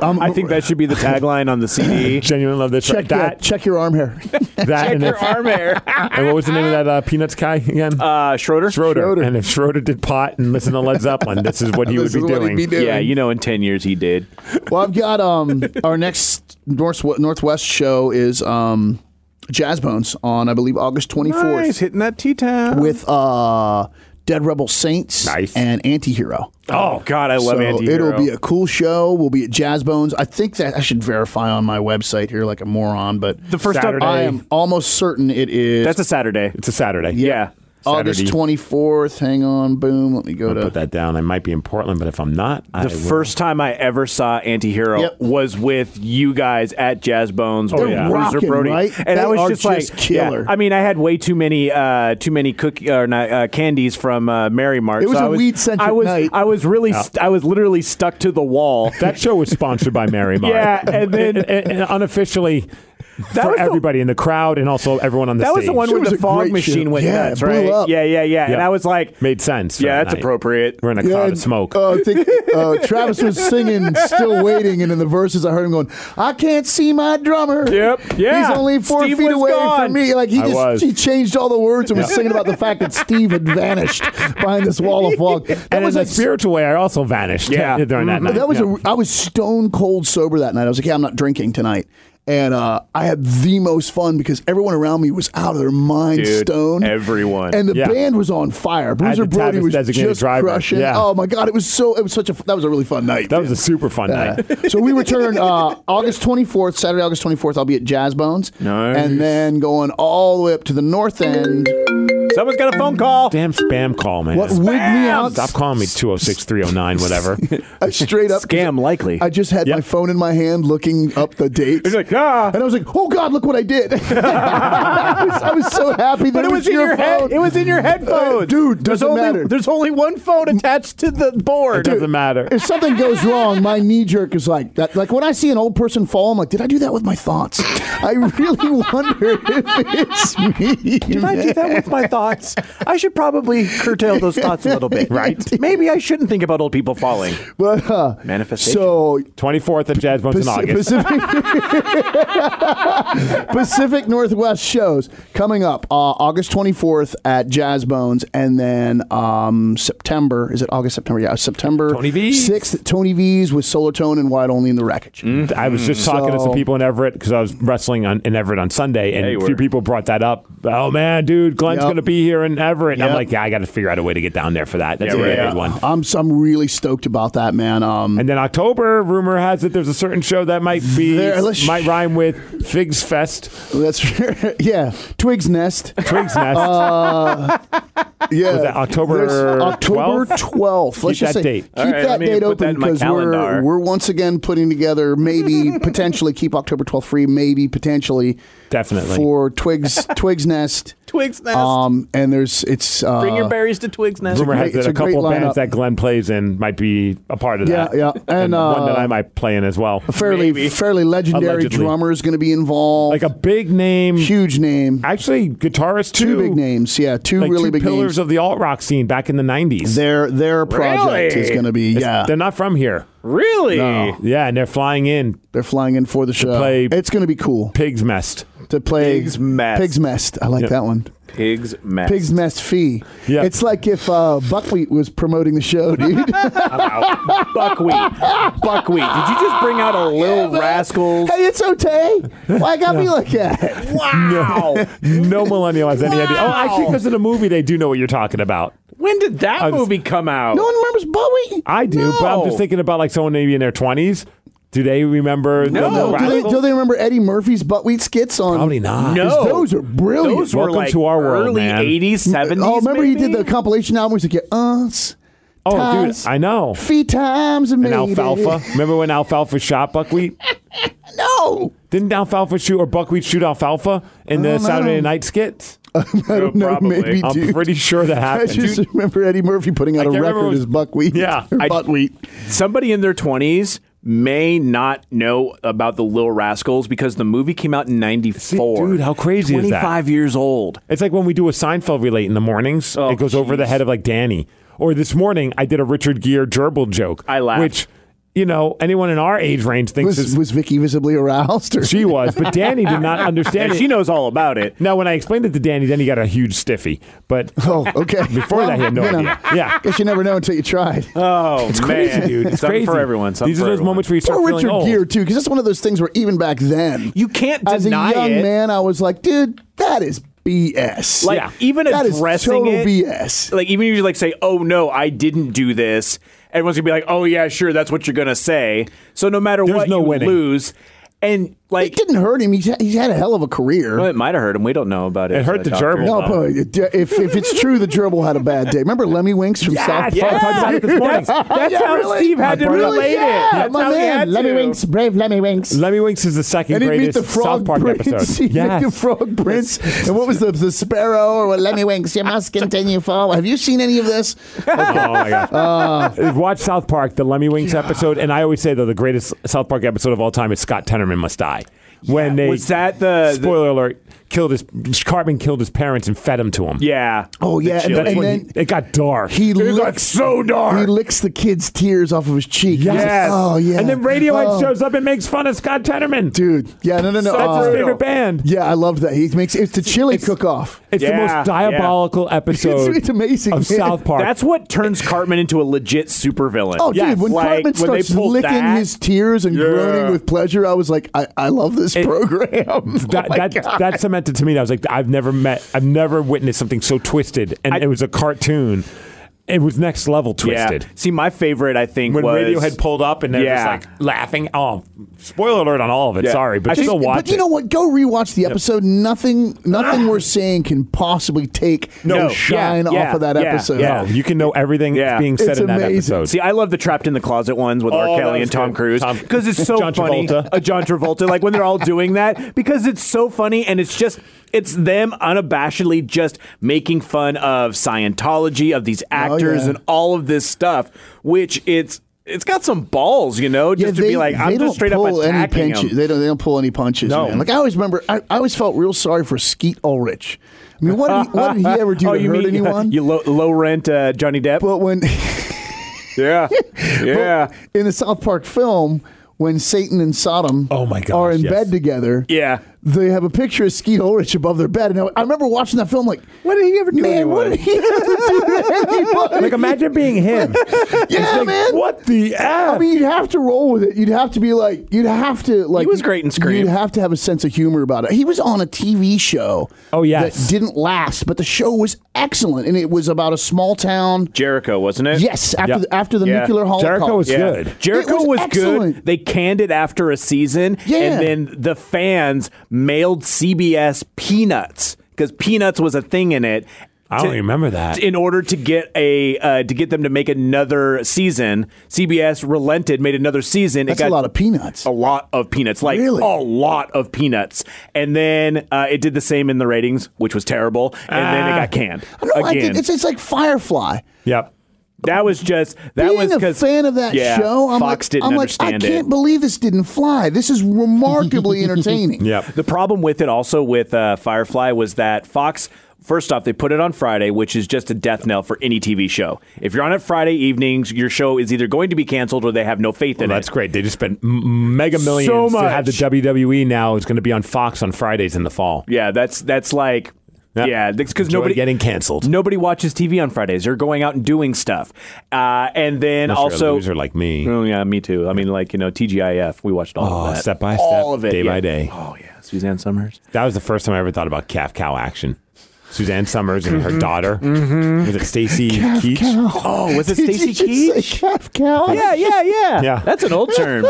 I'm, I think that should be [LAUGHS] the tagline on the [LAUGHS] CD. Genuinely love this. [LAUGHS] check that. that. Check your arm hair. [LAUGHS] that and, if- arm hair. [LAUGHS] and what was the name of that uh, Peanuts guy again? Uh, Schroeder? Schroeder. And if Schroeder did pot and listened to Led Zeppelin, this is what [LAUGHS] he would This be is what he'd doing. be doing. Yeah, you know, in 10 years he did. Well, I've got um [LAUGHS] our next North Northwest show is um Jazz Bones on I believe August 24th Nice, hitting that T-town. with uh Dead Rebel Saints Nice. and Antihero. oh, God, I love so Antihero. it'll be a cool show. We'll be at Jazz Bones. I think that I should verify on my website here like a moron, but the first up- Saturday. I am almost certain it is That's a Saturday. It's a Saturday. Yeah. Uh, August Saturday. 24th. Hang on, boom. Let me go to Put that down. I might be in Portland, but if I'm not, I The will. first time I ever saw Antihero Yep. was with you guys at Jazz Bones with yeah. Bruiser rocking, Brody, right? and I They was are just like, just killer. yeah. I mean, I had way too many, uh, too many cookie or not, uh, candies from uh, Mary Mart. It was so a I was, weed-centric I was, night. I was really, st- I was literally stuck to the wall. That show was sponsored by Mary Mart. [LAUGHS] Yeah, [LAUGHS] and then- And- and- and unofficially That for was the- everybody in the crowd and also everyone on the that stage. was the one It where was the a fog great machine show. went Yeah, it nuts, blew right? up. Yeah, yeah, yeah, And Yeah. I was like, made sense. for yeah, that that's night. appropriate. We're in a Yeah, cloud and, of smoke. Uh, I think [LAUGHS] uh, Travis was singing "Still Waiting," and in the verses, I heard him going, "I can't see my drummer." Yep. Yeah. He's only four Steve feet was away gone. from me. Like he I just was. he changed all the words and was singing about the fact that Steve had [LAUGHS] vanished behind this wall of fog. That and was in like. a spiritual way, I also vanished. [LAUGHS] Yeah. Mm-hmm. during that night. that was Yeah. a, I was stone cold sober that night. I was like, "Yeah, I'm not drinking tonight." And uh, I had the most fun because everyone around me was out of their mind, Dude, stoned. everyone. and the Yeah. band was on fire. Bruiser the Brody Tavis was designated just driver. crushing. Yeah. Oh my god, it was so. It was such a. That was a really fun night. that was a super fun [LAUGHS] night. Uh, [LAUGHS] so we return uh, August 24th, Saturday, August 24th. I'll be at Jazz Bones. Nice. And then going all the way up to the north end Someone's got a phone call. Damn spam call, man. What wigged me out? Stop calling me 206 309, [LAUGHS] whatever. I straight up Scam likely. I just had my Yep. phone in my hand, looking up the dates. He's like, ah. And I was like, "Oh God, look what I did!" [LAUGHS] I, was, I was so happy that but it was in your, phone. head. It was in your headphones, Uh, dude, There's doesn't only matter. there's only one phone attached to the board. It doesn't matter. if something goes wrong, my knee jerk is like that. Like when I see an old person fall, I'm like, "Did I do that with my thoughts?" I really [LAUGHS] wonder if it's me. Did I do that with my thoughts? I should probably curtail those thoughts a [LAUGHS] little bit, right? Maybe I shouldn't think about old people falling. But uh, Manifestation. so 24th at Jazz Bones in Paci- August. [LAUGHS] Pacific, [LAUGHS] Pacific Northwest shows coming up uh, August 24th at Jazz Bones, and then um, September is it August September? Yeah, September Tony V's. Mm-hmm. 6th. Tony V's with Solotone and Wide Only in the Wreckage. I was just talking to So- some people in Everett because I was wrestling on, in Everett on Sunday, and you a were. few people brought that up. Oh man, dude, Glenn's Yep. gonna be here in Everett. And I'm Yep. like, yeah, I got to figure out a way to get down there for that. That's Yeah, a really right. big one. I'm I'm really stoked about that, man. Um, And then October, rumor has it there's a certain show that might be There, let's- might rhyme with Figs Fest, that's [LAUGHS] yeah, Twigs Nest. [LAUGHS] Twigs Uh, Nest. Yeah, that October There's October 12th? twelfth. Let's Keep just that say, date. keep All right, that let me date put that open in my because calendar. we're we're once again putting together maybe [LAUGHS] potentially keep October twelfth free, maybe potentially Definitely. [LAUGHS] for Twigs Twigs Nest. Twigs Nest. Um, and there's it's uh, Bring your berries to Twigs Nest. rumor great- has it's it a a great couple of bands lineup. that Glenn plays in might be a part of Yeah, that. yeah. and And, one that uh, I might play in as well. fairly fairly legendary Allegedly. drummer is going to be involved. Like a big name, huge name, actually guitarist two too. big names. Yeah, two like really two big pillars names. of the alt rock scene back in the '90s. their their project Really? is going to be It's- yeah. Oh. they're not from here. [LAUGHS] Really? Yeah, and they're flying in They're flying in for the show. play- it's going to be cool pigs messed. to play Pigs Mest. Pigs Mest. I like that one. Pigs Mess. Pig's Mess Fee. Yeah. It's like if uh, Buckwheat was promoting the [LAUGHS] show, dude. Buckwheat. Buckwheat. Did you just bring out a little rascals? hey, it's okay. Why got me like that? [LAUGHS] Wow. No millennial has any idea. Oh, actually, because of the movie, they do know what you're talking about. when did that was- movie come out? No one remembers Bowie. I do, but I'm No. just thinking about like someone maybe in their 20s. Do they remember? the- No. the do, they, Rascals? do they remember Eddie Murphy's Buckwheat skits on? Probably not. No. 'Cause Those are brilliant. Those were Welcome like to our world, early man. Mm, 80s, 70s. oh, remember he did maybe? the compilation album? He's like, yeah, us Oh, Times. dude, I know. feet times and And alfalfa. Remember when alfalfa shot buckwheat? No, Didn't alfalfa shoot or buckwheat shoot alfalfa in the don't know. Saturday night skit? I don't know. probably. Maybe I'm dude. pretty sure that I happened. just remember Eddie Murphy putting out a can't remember record what- as Buckwheat. Yeah. [LAUGHS] or I- Buckwheat. somebody in their 20s may not know about the Little Rascals because the movie came out in 94. dude, how crazy is that? 25 years old. It's like when we do a Seinfeld relate in the mornings. Oh, it goes over the jeez. head of like Danny. Or this morning, I did a Richard Gere gerbil joke. I laughed. Which, you know, anyone in our age range thinks Was is, was Vicky visibly aroused? [LAUGHS] Or she was, but Danny did not understand And it. she knows all about it. now, when I explained it to Danny, then he got a huge stiffy. But [LAUGHS] [LAUGHS] Oh, okay. before that, he had no you know. idea. Yeah. Guess you never know until [LAUGHS] you tried. Oh, it's Crazy, dude. It's Something crazy. for everyone. Something These are for those everyone. moments where you start Poor feeling Richard old. Gere too, because that's one of those things where even back then, You can't as a deny young it. man, I was like, dude, that is BS. Like Yeah. even that is addressing total it, BS. like even if you like say, "Oh no, I didn't do this," everyone's gonna be like, "Oh yeah, sure, that's what you're gonna say." So no matter There's what, no you winning. lose, and like It didn't hurt him. He's, he's had a hell of a career. well, it might have hurt him. We don't know about it. It hurt the gerbil. no, though. but it- if, if it's true, the gerbil had a bad day. Remember Lemmy Winks from South yeah. I Park? talked about it this morning. [LAUGHS] That's how really? Steve I had to brought it up. relate Yeah, it. That's my how he man, had to. Lemmy Winks, brave Lemmy Winks. Lemmy Winks is the second and he'd meet greatest the frog South Park prince. [LAUGHS] episode. He'd meet the frog prince. And what was the the sparrow or what Lemmy Winks? You must continue forward. Have you seen any of this? oh my [LAUGHS] Uh, god! Watch South Park, the Lemmy Winks episode, and I always say though the greatest South Park episode of all time is Scott Tenorman Must Die. When they Was that the- spoiler alert killed his Cartman killed his parents and fed him to him. Yeah. Oh, The yeah, and chili. that's When he- it got dark. He it got licks- so dark. He licks the kid's tears off of his cheek. He's yes. like, oh yeah. And then Radiohead oh, shows up and makes fun of Scott Tenorman. Dude. Yeah. No. No. No. that's uh, his favorite band. Yeah, I loved that. He makes it's the chili cook-off. It's Yeah, the most diabolical episode [LAUGHS] It's- it's amazing. of South Park. That's what turns Cartman into a legit supervillain. Oh, Yes, dude! When like, Cartman when they starts pulled licking that- his tears and Yeah. groaning with pleasure, I was like, I, I love this program. [LAUGHS] that, oh my that, God. that cemented to me. that I was like, I've never met, I've never witnessed something so twisted, and it was a cartoon. It was next level twisted. Yeah. See, my favorite, I think, When was Radiohead pulled up and they're Yeah. just like laughing. Oh, spoiler alert on all of it. Yeah. Sorry, but I I think- still watch but you it. know what? Go rewatch the episode. Nothing, nothing we're saying can possibly take No. the shine Yeah, yeah, off of that yeah, episode. yeah. No, you can know everything Yeah. being said It's in that amazing. episode. See, I love the trapped in the closet ones with Oh, R. that Kelly was and Tom good. Cruise Tom- because it's so John funny. Travolta. Uh, John Travolta, like when they're all doing that because it's so funny and it's just it's them unabashedly just making fun of Scientology of these actors Oh, yeah. and all of this stuff, which it's it's got some balls, you know, just to be like I'm don't just straight up pull any attacking punches. them. They don't. They don't pull any punches. No. man. Like I always remember. I, I always felt real sorry for Skeet Ulrich. I mean, what did he, what did he ever do [LAUGHS] oh, to you hurt mean anyone? You low, low rent uh, Johnny Depp? but when [LAUGHS] yeah, yeah. in the South Park film, when Satan and Sodom Oh my gosh, are in yes. bed together, Yeah. they have a picture of Skeet Ulrich above their bed. And I, I remember watching that film like, What did he ever do? man, what did he ever do [LAUGHS] to anybody? like imagine being [LAUGHS] him. yeah, man. What the f? I mean, you'd have to roll with it. You'd have to be like, you'd have to like. was great in Scream. You'd have to have a sense of humor about it. He was on a TV show. Oh, yes. that didn't last, but the show was excellent, and it was about a small town. Jericho, wasn't it? Yes, after Yep. the, after the Yeah. nuclear holocaust, Jericho was good. Jericho It was was, good. excellent. They canned it after a season, Yeah. and then the fans mailed CBS peanuts because peanuts was a thing in it. I don't remember that. In order to get a uh, to get them to make another season, CBS relented, made another season. That's it got Oh, a lot of peanuts. a lot of peanuts, like Really? a lot of peanuts. And then uh, it did the same in the ratings, which was terrible. And then it Ah. got canned I don't like again. it. It's, it's like Firefly. yep. that was just that Being was a because fan of that yeah, show, I'm Fox like, didn't I'm like, I understand it. can't believe this didn't fly. This is [LAUGHS] remarkably entertaining. [LAUGHS] Yep. The problem with it also with uh, Firefly was that Fox. First off, they put it on Friday, which is just a death knell for any TV show. If you're on it Friday evenings, your show is either going to be canceled or they have no faith Well, in that's it. great. They just spent m- mega millions to have the much. WWE now is going to be on Fox on Fridays in the fall. Yeah, that's that's like Yeah. yeah, because Enjoy nobody getting canceled. Nobody watches TV on Fridays. They're going out and doing stuff, uh, and then Unless you're a also loser like me. Oh yeah, me too. I mean, like you know, TGIF. We watched all Oh, of that, step by step, all of it, day yeah. by day. Oh yeah, Suzanne Summers. That was the first time I ever thought about calf cow action. Suzanne Summers and Mm-hmm. her daughter. Was it Stacy Keach? Oh, was it Did Stacy you just Keach? say calf cow? Yeah, yeah, yeah. Yeah. That's an old [LAUGHS] term.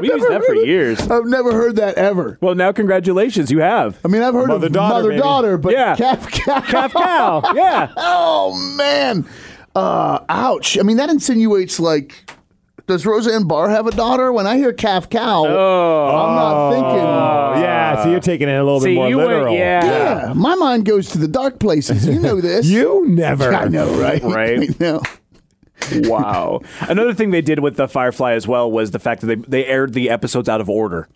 We've used that for years. I've never heard that ever. Well, now congratulations, you have. I mean, I've heard of Mother-daughter, mother baby. daughter, but Yeah. calf cow. Half cow. Yeah. [LAUGHS] Oh man, uh, ouch! I mean, that insinuates like, does Roseanne Barr have a daughter? When I hear calf cow, Oh. I'm not thinking. Oh, yeah. Uh, So you're taking it a little bit more literal. yeah. Yeah, my mind goes to the dark places. You know [LAUGHS] this. You never. I know, right? [LAUGHS] Right. I know. [LAUGHS] Wow. Another thing they did with the Firefly as well was the fact that they, they aired the episodes out of order.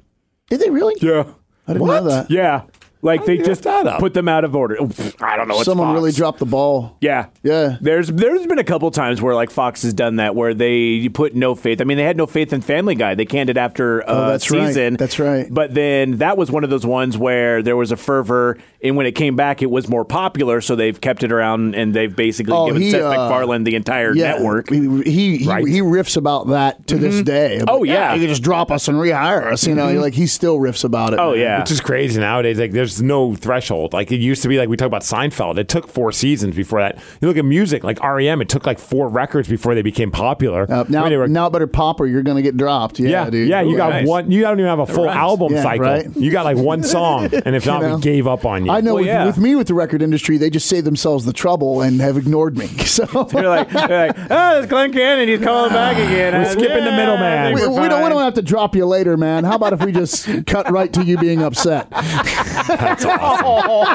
Did they really? Yeah. I didn't know that. Yeah. Like they you just get that up? put them out of order. Oof, I don't know. It's Someone Fox. really dropped the ball. Yeah. Yeah. There's there's been a couple times where like Fox has done that where they put no faith. I mean, they had no faith in Family Guy. They canned it after a Oh, that's right. season. That's right. But then that was one of those ones where there was a fervor, and when it came back, it was more popular. So they've kept it around, and they've basically Oh, given he, Seth uh, MacFarlane the entire Yeah, network. He he, he, Right. he riffs about that to this day. Oh, yeah. Mm-hmm. you can just drop us and rehire us. You know, like he still riffs about it. Oh man. yeah. Which is crazy nowadays. Like, there's no threshold. Like, it used to be like we talk about Seinfeld. It took four seasons before that. You look at music, like REM, it took like four records before they became popular. Uh, now, I mean, they were- now it better pop or you're going to get dropped. Yeah, yeah, dude. yeah, you got Nice. one. You don't even have a full rhymes. album Yeah, cycle. right. You got like one song, and [LAUGHS] if not, know? we gave up on you. I know Well, with, yeah. with me with the record industry, they just save themselves the trouble and have ignored me. [LAUGHS] So [LAUGHS] [LAUGHS] They're like, they're like, oh, it's Glenn Cannon. He's [SIGHS] calling back again. We're Uh, skipping the yeah, middleman. I we, think we we're don't, we fine. don't have to drop you later, man. How about if we [LAUGHS] just cut right to you being upset? [LAUGHS]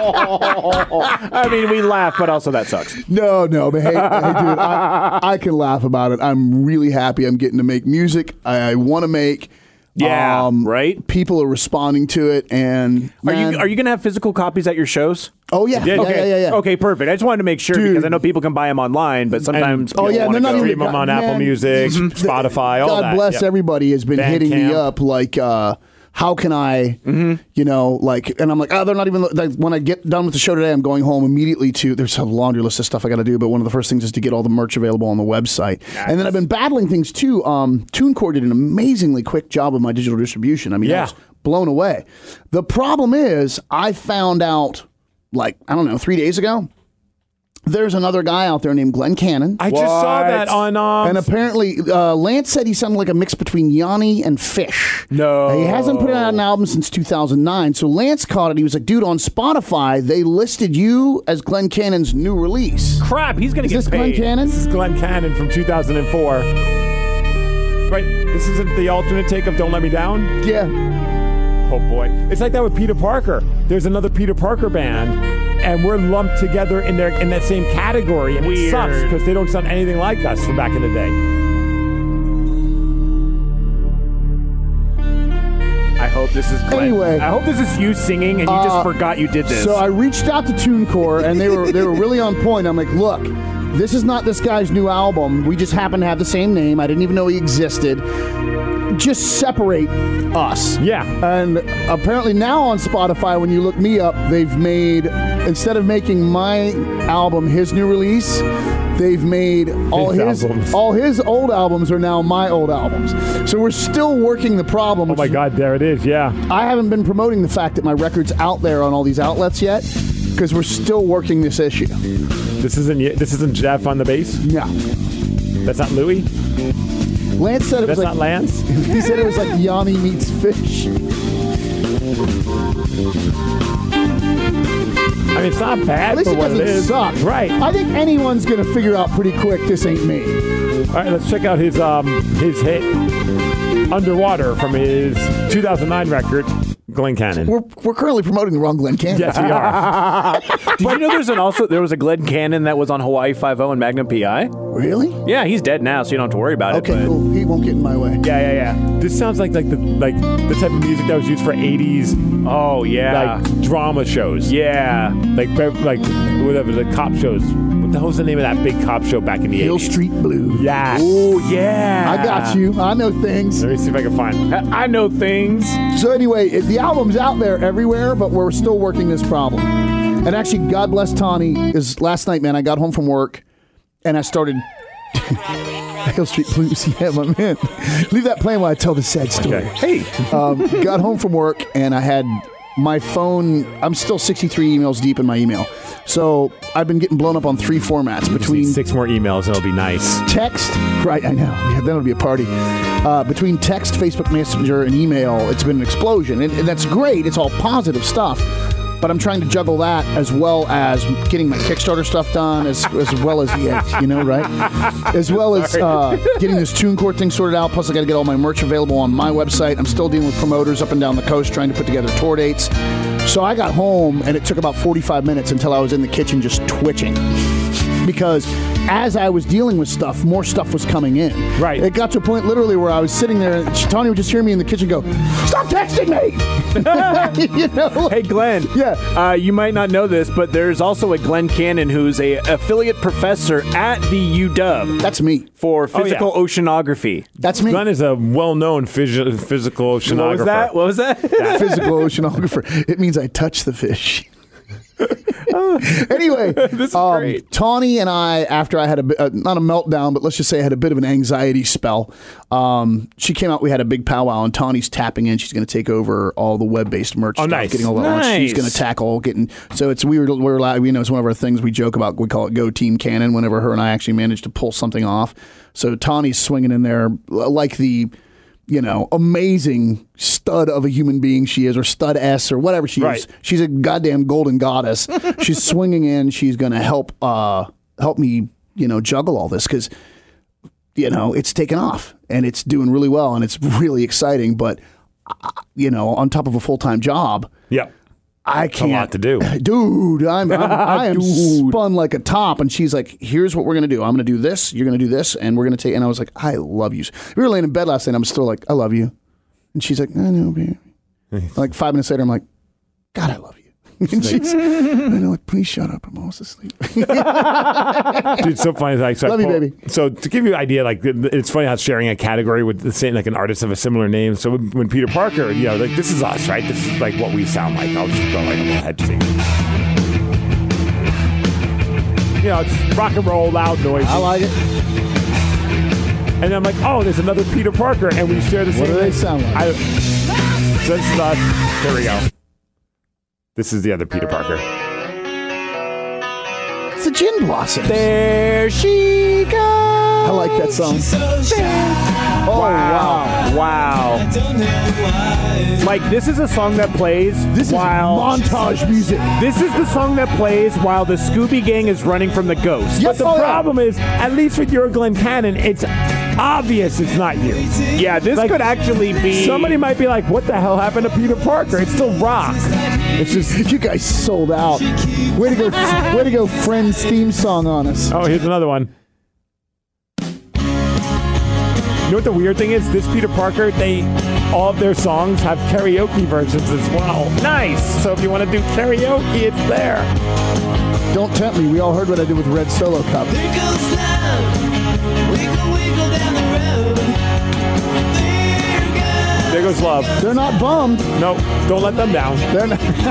I mean, we laugh, but also that sucks. No, no, but hey, hey dude, [LAUGHS] I, I can laugh about it. I'm really happy I'm getting to make music I, I want to make. um, Yeah, right? People are responding to it, and Are man- you are you gonna have physical copies at your shows? Oh yeah, yeah, yeah, yeah, yeah. Okay, perfect. I just wanted to make sure because I know people can buy them online, but sometimes Oh, people yeah, wanna they're not go- even- Stream 'em on Man. Mm-hmm. Apple Music, Spotify, all God that. bless Yeah. everybody has been Bandcamp. hitting me up like uh how can I, Mm-hmm. you know, like, and I'm like, oh, they're not even. Like, when I get done with the show today, I'm going home immediately to. There's a laundry list of stuff I got to do, but one of the first things is to get all the merch available on the website. And then I've been battling things too. Um, TuneCore did an amazingly quick job of my digital distribution. I mean, I Yeah. was blown away. The problem is, I found out like I don't know three days ago There's another guy out there named Glenn Cannon. I just saw What? that on. Um, and apparently, uh, Lance said he sounded like a mix between Yanni and Fish. No. He hasn't put out an album since 2009. So Lance caught it. He was like, dude, on Spotify, they listed you as Glenn Cannon's new release. Crap, he's going to Is get this Glenn paid. Cannon? this is Glenn Cannon from 2004. Right, this isn't the alternate take of "Don't Let Me Down." Yeah. Oh boy. It's like that with Peter Parker. There's another Peter Parker band, and we're lumped together in their in that same category, and it Weird. sucks because they don't sound anything like us from back in the day. I hope this is Glenn. Anyway. Uh, I hope this is you singing and you just forgot you did this. So I reached out to TuneCore, and they were they were really on point. I'm like, look, this is not this guy's new album. We just happen to have the same name. I didn't even know he existed. Just separate us. Yeah. Oh And apparently now on Spotify, when you look me up, they've made instead of making my album his new release, they've made all His his, albums. all his old albums are now my old albums. So we're still working the problem. Oh my God, there it is. Yeah. I haven't been promoting the fact that my record's out there on all these outlets yet because we're still working this issue. This isn't y- this isn't Jeff on the bass. Yeah. That's not Louis. Lance said it That's was not like Lance. he said it was like Yanni meets I fish. mean, it's not bad At least for it what doesn't it is. suck. Right. I think anyone's gonna figure out pretty quick this ain't me. All right. Let's check out his um his hit "Underwater" from his 2009 record, Glenn Cannon. We're, we're currently promoting the wrong Glenn Cannon. Yes, we are. Did you know there's an also there was a Glenn Cannon that was on Hawaii Five O and Magnum PI? Really? Yeah, he's dead now, so you don't have to worry about Okay, it. but- cool. He won't get in my way. Yeah, yeah, yeah. This sounds like like the like the type of music that was used for '80s Oh yeah, like drama shows. yeah. Like be- like whatever the cop shows. What the hell's the name of that big cop show back in the Hill eighties? Street Blues. Yes. Oh yeah. I got you. I know things. Let me see if I can find. I know things. So anyway, it- the album's out there everywhere, but we're still working this problem. And actually, God bless Tawny. Is last night, man, I got home from work and I started [LAUGHS] Hill Street Blues. [LAUGHS] Yeah, my man. Leave that playing while I tell the sad story. Hey. Um, got home from work and I had my phone. I'm still 63 emails deep in my email, so I've been getting blown up on three formats between Six more emails and it'll be nice. text right i know yeah, then it'll be a party uh, between text facebook messenger and email it's been an explosion and, and that's great it's all positive stuff but i'm trying to juggle that as well as getting my kickstarter stuff done as, as well as yeah, you know right as well as uh, getting this tune court thing sorted out plus i gotta get all my merch available on my website i'm still dealing with promoters up and down the coast trying to put together tour dates so i got home and it took about 45 minutes until i was in the kitchen just twitching because as I was dealing with stuff, more stuff was coming in. Right. It got to a point literally where I was sitting there, and Tony would just hear me in the kitchen go, "Stop texting [LAUGHS] me!" [LAUGHS] you know. Hey Glenn. Yeah. Uh, you might not know this, but there's also a Glenn Cannon who's a affiliate professor at the UW That's me. for Oh, yeah. physical oceanography. That's me. Glenn is a well-known phys- physical oceanographer. What was that? What was that? [LAUGHS] Physical oceanographer. It means I touch [LAUGHS] the fish. [LAUGHS] anyway, um, is great. Tawny and I, after I had a bit, uh, not a meltdown, but let's just say I had a bit of an anxiety spell. Um, she came out. We had a big powwow, and Tawny's tapping in. She's going to take over all the web-based merch. Oh, stuff, nice. Getting all that. launch. She's Nice. going to tackle getting. So it's we were we're allowed, you know it's one of our things we joke about. We call it Go Team Cannon. Whenever her and I actually manage to pull something off, so Tawny's swinging in there l- like the. You know, amazing stud of a human being she is, or stud S, or whatever she Right. is. She's a goddamn golden goddess. she's swinging in. She's going to help uh, help me, you know, juggle all this because, you know, it's taken off and it's doing really well and it's really exciting. But, uh, you know, on top of a full time job, Yep. I can't. lot to do. [LAUGHS] dude. I'm, [LAUGHS] I'm I am spun like a top. And she's like, "Here's what we're gonna do. I'm gonna do this. You're gonna do this, and we're gonna take." And I was like, "I love you." We were laying in bed last night. and I'm still like, "I love you," and she's like, "I know, [LAUGHS] baby." like five minutes later, I'm like, "God, I love you." [LAUGHS] and she's, I know, like, please shut up. I'm almost asleep. Dude, it's so funny. Like, so I Love you, pulled- baby. So to give you an idea, like it's funny how sharing a category with the same, like an artist of a similar name. So when, when Peter Parker, you know, like this is us, right? This is like what we sound like. I'll just go like a little head shake. You know, it's rock and roll, loud noise. [LAUGHS] I like it. And I'm like, oh, there's another Peter Parker, and we share the same. do they name. sound like? I, so this is us. Here we go. This is the other Peter Parker. It's the Gin Blossoms. There she goes. I like that song. [LAUGHS] Oh wow! Wow. Like this is a song that plays This while is montage music. This is the song that plays while the Scooby Gang is running from the ghost. But Yes, the oh, yeah. problem is, at least with your Glenn Cannon, it's obvious it's not you. yeah, this Like- could actually be Somebody might be like, "What the hell happened to Peter Parker?" It's The Rock. It's just you guys sold out. Way to go! Way to go! Friends theme song on us. Oh, here's another one. You know what the weird thing is? This Peter Parker, they all of their songs have karaoke versions as well. nice. So if you want to do karaoke, it's there. Don't tempt me. We all heard what I did with Red Solo Cup. There goes love. Wiggle, wiggle down the road. There There goes love. They're not bummed. No, don't let them down. They're not. [LAUGHS]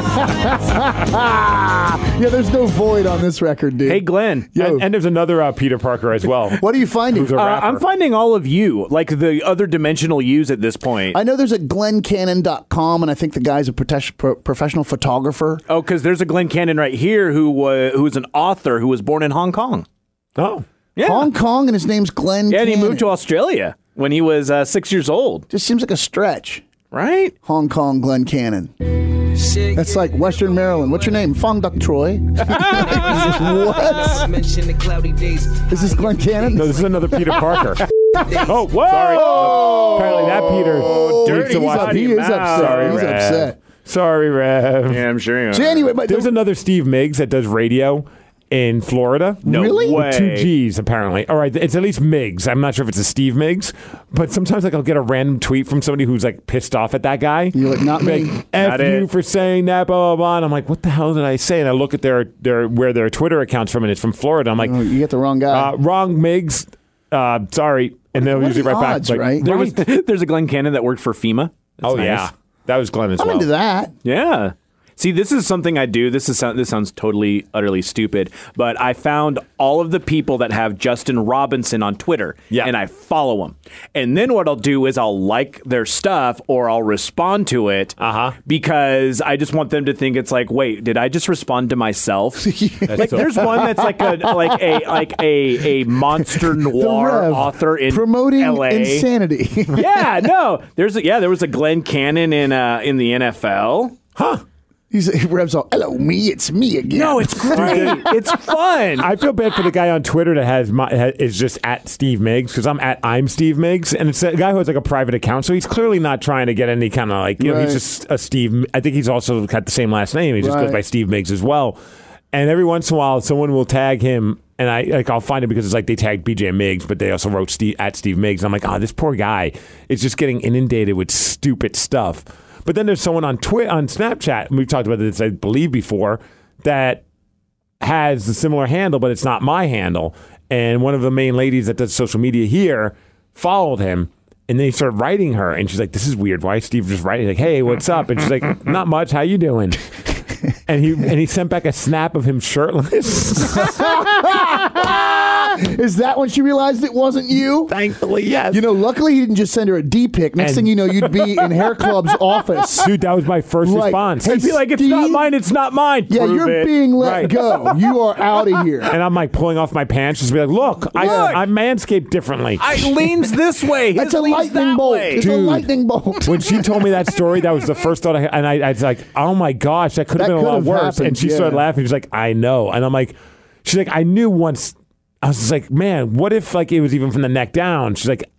yeah, there's no void on this record, dude. Hey Glenn. Yo. And, and there's another uh, Peter Parker as [LAUGHS] well. what are you finding? Who's a Uh, rapper. I'm finding all of you, like the other dimensional yous at this point. I know there's a glencannon.com, and I think the guy's a protesh- pro- professional photographer. oh, because there's a Glenn Cannon right here who was who's an author who was born in Hong Kong. oh. Yeah, Hong Kong, and his name's Glenn. yeah, and he Cannon. moved to Australia when he was uh, six years old. Just seems like a stretch. Right? Hong Kong, Glenn Cannon. That's like Western Maryland. What's your name? Fong Duck [LAUGHS] Troy. [LAUGHS] what? Mention the cloudy days. Is this Glenn Cannon? No, this is another Peter [LAUGHS] Parker. oh, whoa! Apparently that Peter needs He's to up- watch. he is upset. Sorry, He's Rev. upset. Sorry, Rev. Yeah, I'm sure. You So anyway, but There's another Steve Miggs that does radio in Florida. No Really? With two way. G's apparently. All right, it's at least Miggs. I'm not sure if it's a Steve Miggs, but sometimes like I'll get a random tweet from somebody who's like pissed off at that guy. You're like, not me. Like, F Not you it. for saying that, blah blah blah. And I'm like, what the hell did I say? And I look at their their where their Twitter account's from, and it's from Florida. I'm like, Oh, you get the wrong guy. uh, wrong Miggs. Uh, sorry. And they'll What are usually the right back. odds, like, right? There was [LAUGHS] there's a Glenn Cannon that worked for FEMA. [LAUGHS] That's oh nice. yeah, that was Glenn as I'm well. into that. yeah. See, this is something I do. This is this sounds totally utterly stupid, but I found all of the people that have Justin Robinson on Twitter, Yeah. and I follow them. And then what I'll do is I'll like their stuff or I'll respond to it Uh-huh. because I just want them to think it's like, wait, did I just respond to myself? like, so- there's one that's like a like a like a a monster The noir Rev author in promoting LA. insanity. [LAUGHS] yeah, no. There's a, yeah, there was a Glenn Cannon in uh, in the NFL. He's he revs all, hello me, it's me again. No, it's great. it's fun. I feel bad for the guy on Twitter that has my ha- is just at Steve Miggs because I'm at I'm Steve Miggs and it's a guy who has like a private account, so he's clearly not trying to get any kind of like you know he's Right. just a Steve. I think he's also got the same last name. He just goes Right. by Steve Miggs as well. And every once in a while, someone will tag him, and I like I'll find it because it's like they tagged BJ Miggs, but they also wrote Steve, at Steve Miggs. And I'm like, oh, this poor guy is just getting inundated with stupid stuff. But then there's someone on Twitter, on Snapchat, and we've talked about this, I believe, before that has a similar handle, but it's not my handle. And one of the main ladies that does social media here followed him. And then he started writing her, and she's like, "This is weird. Why is Steve just writing? Like, hey, what's up?" And she's [LAUGHS] like, "Not much. How you doing?" And he and he sent back a snap of him [LAUGHS] shirtless. Is that when she realized it wasn't you? Thankfully, yes. You know, luckily he didn't just send her a D pic. Next And- thing you know, you'd be in [LAUGHS] Hair Club's office. dude, that was my first Like, response. hey, I'd be like, "It's not Steve? mine. It's not mine." Yeah, Prove you're it. being let Right. go. You are out of [LAUGHS] here. And I'm like pulling off my pants, just be like, "Look, Look. I, I manscaped differently." I leans this way. His That's a leans lightning that bolt. way. It's a Dude. lightning bolt. when she told me that story, that was the first thought I had. And I, I was like, oh my gosh, that could have That been a could lot have worse. happened, and she yeah. started laughing. She's like, I know. And I'm like, she's like, I knew once. I was just like, man, what if like it was even from the neck down? She's like,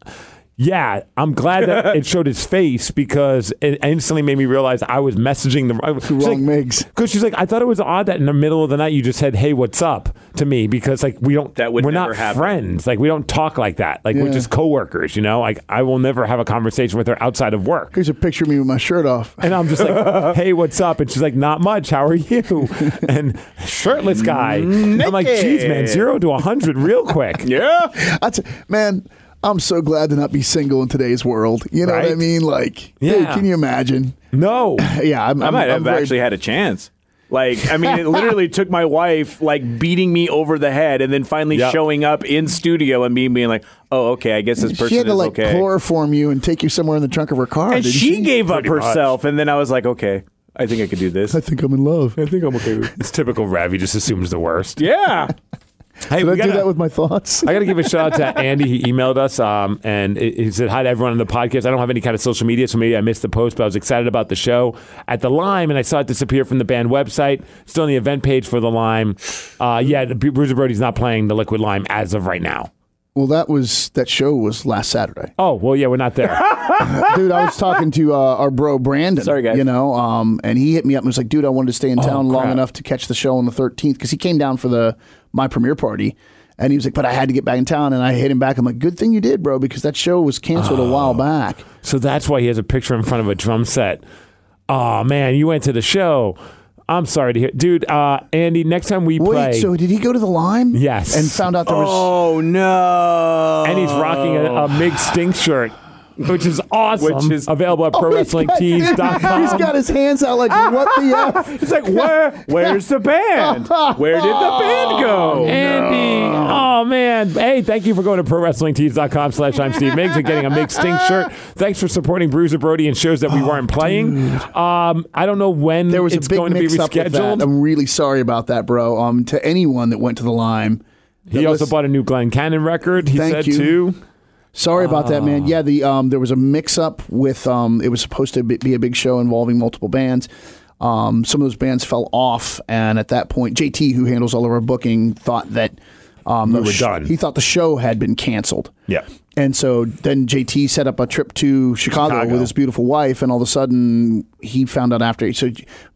yeah, I'm glad [LAUGHS] that it showed his face because it instantly made me realize I was messaging the [LAUGHS] wrong Migs. Because she's like, I thought it was odd that in the middle of the night you just said, "Hey, what's up?" to me because like we don't That would we're never not happen. friends. Like we don't talk like that. Like we're Yeah. just coworkers. You know, like I will never have a conversation with her outside of work. Here's a picture of me with my shirt off. And I'm just [LAUGHS] like, hey, what's up? And she's like, not much. How are you? And shirtless guy. I'm like, geez, man, zero to 100 real quick. [LAUGHS] Yeah. That's man. I'm so glad to not be single in today's world. You know what I Right? mean? Like, dude, Yeah. can you imagine? No. Yeah, I'm, I I'm- might I'm have very- actually had a chance. Like, I mean, [LAUGHS] it literally took my wife like beating me over the head, and then finally Yep. showing up in studio and me being like, "Oh, okay, I guess this person She had to is like okay." chloroform you and take you somewhere in the trunk of her car. and didn't she gave up Pretty much. herself, and then I was like, "Okay, I think I could do this. I think I'm in love. I think I'm okay with It's typical Ravi just assumes the worst. Yeah. Hey, Did we I do gotta- that with my [LAUGHS] thoughts? I got to give a shout out to Andy. He emailed us um, and he he said, Hi to everyone on the podcast. I don't have any kind of social media, so maybe I missed the post, but I was excited about the show at the Lime, and I saw it disappear from the band website. Still on the event page for the Lime. Uh, yeah, the Bu- Bruiser Brody's not playing the Liquid Lime as of right now. Well, that was that show was last Saturday, Oh, well, yeah, we're not [LAUGHS] there. dude. I was talking to uh, our bro Brandon. Sorry, guys. Oh, You know, um, and he hit me up and was like, "Dude, I wanted to stay in town long crap. enough to catch the show on the 13th because he came down for the my premiere party." And he was like, "But I had to get back in town." And I hit him back. I'm like, "Good thing you did, bro, because that show was canceled a Oh. while back." so that's why he has a picture in front of a drum set. Oh, man, you went to the show. I'm sorry to hear. Dude, uh, Andy, next time we Wait, play. so did he go to the Lime? Yes. And found out there was. Oh no. and he's rocking a, Oh. a Mig Stink shirt, which is awesome. Which is- available at Oh, [LAUGHS] he's got- prowrestlingtees.com. He's got his hands out like, what the [LAUGHS] f? It's like Oh, where where's the band? Where did the band go? Andy, oh man. Hey, thank you for going to prowrestlingtees.com slash I'm Steve Miggs and getting a Mig Stink shirt. Thanks for supporting Bruiser Brody and shows that we weren't playing. Um, I don't know when Oh, There was it's a big going to be mix up with that. rescheduled. I'm really sorry about that, bro. Um, to anyone that went to the Lime, He also listen- bought a new Glenn Cannon record, he Thank said you. too. sorry about that, Ah. man. Yeah, the um, there was a mix up with um, it was supposed to be- be a big show involving multiple bands. Um, some of those bands fell off, and at that point, JT, who handles all of our booking, thought that um, we were done. He thought the show had been canceled. Yeah. And so then JT set up a trip to Chicago, Chicago. with his beautiful wife, and all of a sudden he found out after. So,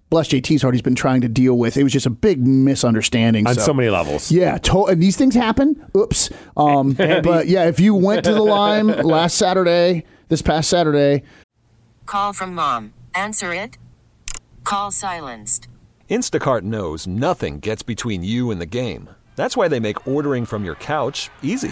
bless JT's heart, he's been trying to deal with. It was just a big misunderstanding. On so. so, many levels. yeah, to- and these things happen. Oops. [LAUGHS] Um, but yeah, if you went to the Lime last Saturday, this past Saturday, Call from mom. Answer it. Call silenced. Instacart knows nothing gets between you and the game. That's why they make ordering from your couch easy.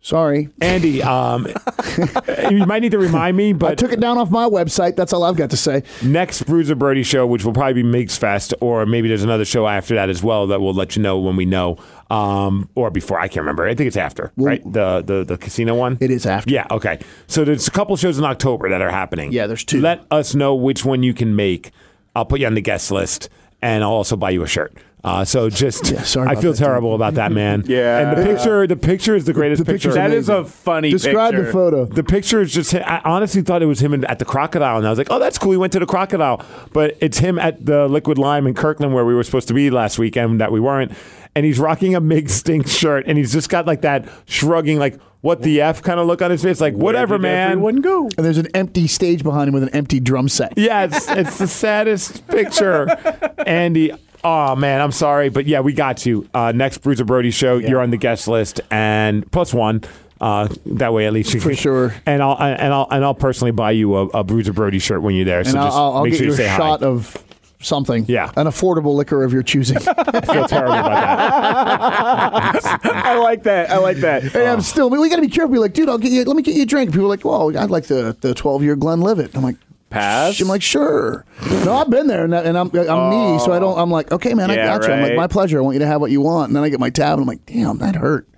sorry, Andy, [LAUGHS] um, you might need to remind me, but I took it down off my website. That's all I've got [LAUGHS] to say. next Bruiser Brody show, which will probably be Migs Fest, or maybe there's another show after that as well that we'll let you know when we know, um, or before. I can't remember. I think it's after, right? The the the casino one. It is after. Yeah. Okay. So there's a couple shows in October that are happening. Yeah, there's two. Let us know which one you can make. I'll put you on the guest list, and I'll also buy you a shirt. Uh, so just, Yeah, sorry I about feel that, terrible about that, man. [LAUGHS] Yeah. And the picture, the picture is the greatest picture. picture's That is a funny Describe picture. the photo. The picture is just. Him. I honestly thought it was him in- at the crocodile, and I was like, "Oh, that's cool." He went to the crocodile, but it's him at the Liquid Lime in Kirkland, where we were supposed to be last weekend, that we weren't. And he's rocking a Mig Stink shirt, and he's just got like that shrugging, like "What the f" kind of look on his face, like "Whatever, man." Everyone go. And there's an empty stage behind him with an empty drum set. Yeah, it's it's the saddest picture, Andy. Oh man, I'm sorry, but yeah, we got you. Uh, next Bruiser Brody show, you're on the guest list and plus one. Uh, that way, at least you For can, sure. And I'll and I'll and I'll personally buy you a, a Bruiser Brody shirt when you're there. So and just I'll, I'll make get sure you you a say shot hi. of something. Yeah. An affordable liquor of [LAUGHS] your choosing. hey, I feel [LAUGHS] terrible about that. I like that. I like that. I'm still, we got to be careful. Be like, dude, I'll get you, let me get you a drink. People are like, well, I'd like the the 12 year Glenlivet. I'm like, Pass? I'm like, sure. No, I've been there, and, that, and I'm I'm me, so I Oh. don't. I'm like, okay, man, I Yeah, got you. I'm like, right. my pleasure. I want you to have what you want, and then I get my tab, and I'm like, damn, that hurt.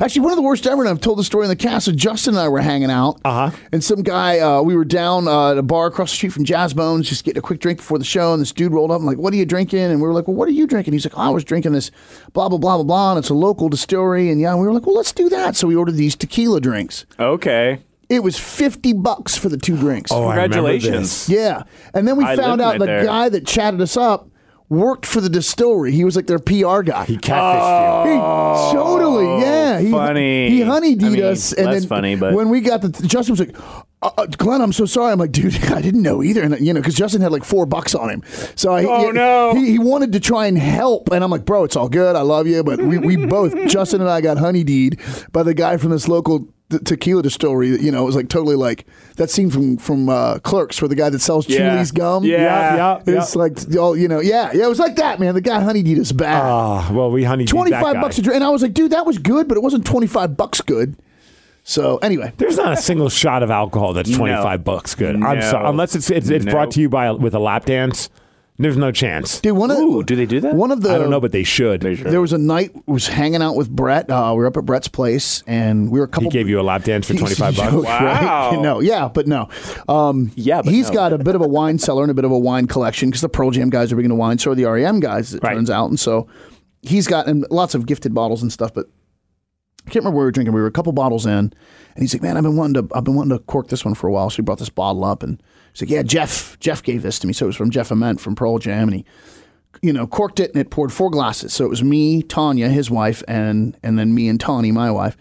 Actually, one of the worst ever. And I've told the story in the cast. So Justin and I were hanging out, uh-huh. and some guy, uh, we were down uh, at a bar across the street from Jazz Bones, just getting a quick drink before the show, and this dude rolled up. I'm like, what are you drinking? And we were like, well, what are you drinking? He's like, oh, I was drinking this, blah blah blah blah blah, and it's a local distillery, and yeah, and we were like, well, let's do that. So we ordered these tequila drinks. Okay. It was fifty bucks for the two drinks. Oh, I remember Congratulations. Yeah. And then we I found lived out right the there. guy that chatted us up worked for the distillery. He was like their PR guy. this. He catfished He- totally, yeah. He, Oh, funny. He honeyed I mean, us, and less then funny, but- when we got the Justin was like, uh, uh, "Glenn, I'm so sorry." I'm like, "Dude, [LAUGHS] I didn't know either," and you know, because Justin had like four bucks on him, so I, Oh, he, no. he, he wanted to try and help, and I'm like, "Bro, it's all good. I love you," but we, we both [LAUGHS] Justin and I got honeyed by the guy from this local. t- Tequila distillery, that, you know, it was like totally like that scene from from uh, Clerks, where the guy that sells Yeah. Chuli's gum, Yeah. Yeah, yeah. it's like all you know, yeah, yeah, it was like that, man. The guy honeyed us bad. Ah, well, we honey. 25 bucks a drink. And I was like, dude, that was good, but it wasn't 25 bucks good. So anyway, There's not a single shot of alcohol that's 25 bucks good. I'm No. sorry. Unless it's it's, it's No. brought to you by with a lap dance, there's no chance. dude, one of Ooh, do they do that? One of the I don't know, but they should. He There was a night I was hanging out with Brett. Uh, we were up at Brett's place, and we were a couple. gave you a lap dance [LAUGHS] for 25 bucks. Joke, right? [LAUGHS] Wow. No, yeah, but no. Um, Yeah, but he's no. got a bit of a wine cellar and a bit of a wine collection because the Pearl Jam guys are big into wine, so are the REM guys. as It Right. turns out, and so he's got and lots of gifted bottles and stuff. But I can't remember where we were drinking. We were a couple bottles in, and he's like, "Man, I've been wanting to, I've been wanting to cork this one for a while." So he brought this bottle up, and he's like, "Yeah, Jeff, Jeff gave this to me." So it was from Jeff Ament from Pearl Jam, and he, you know, corked it, and it poured four glasses. So it was me, Tanya, his wife, and and then me and Tawny, my wife,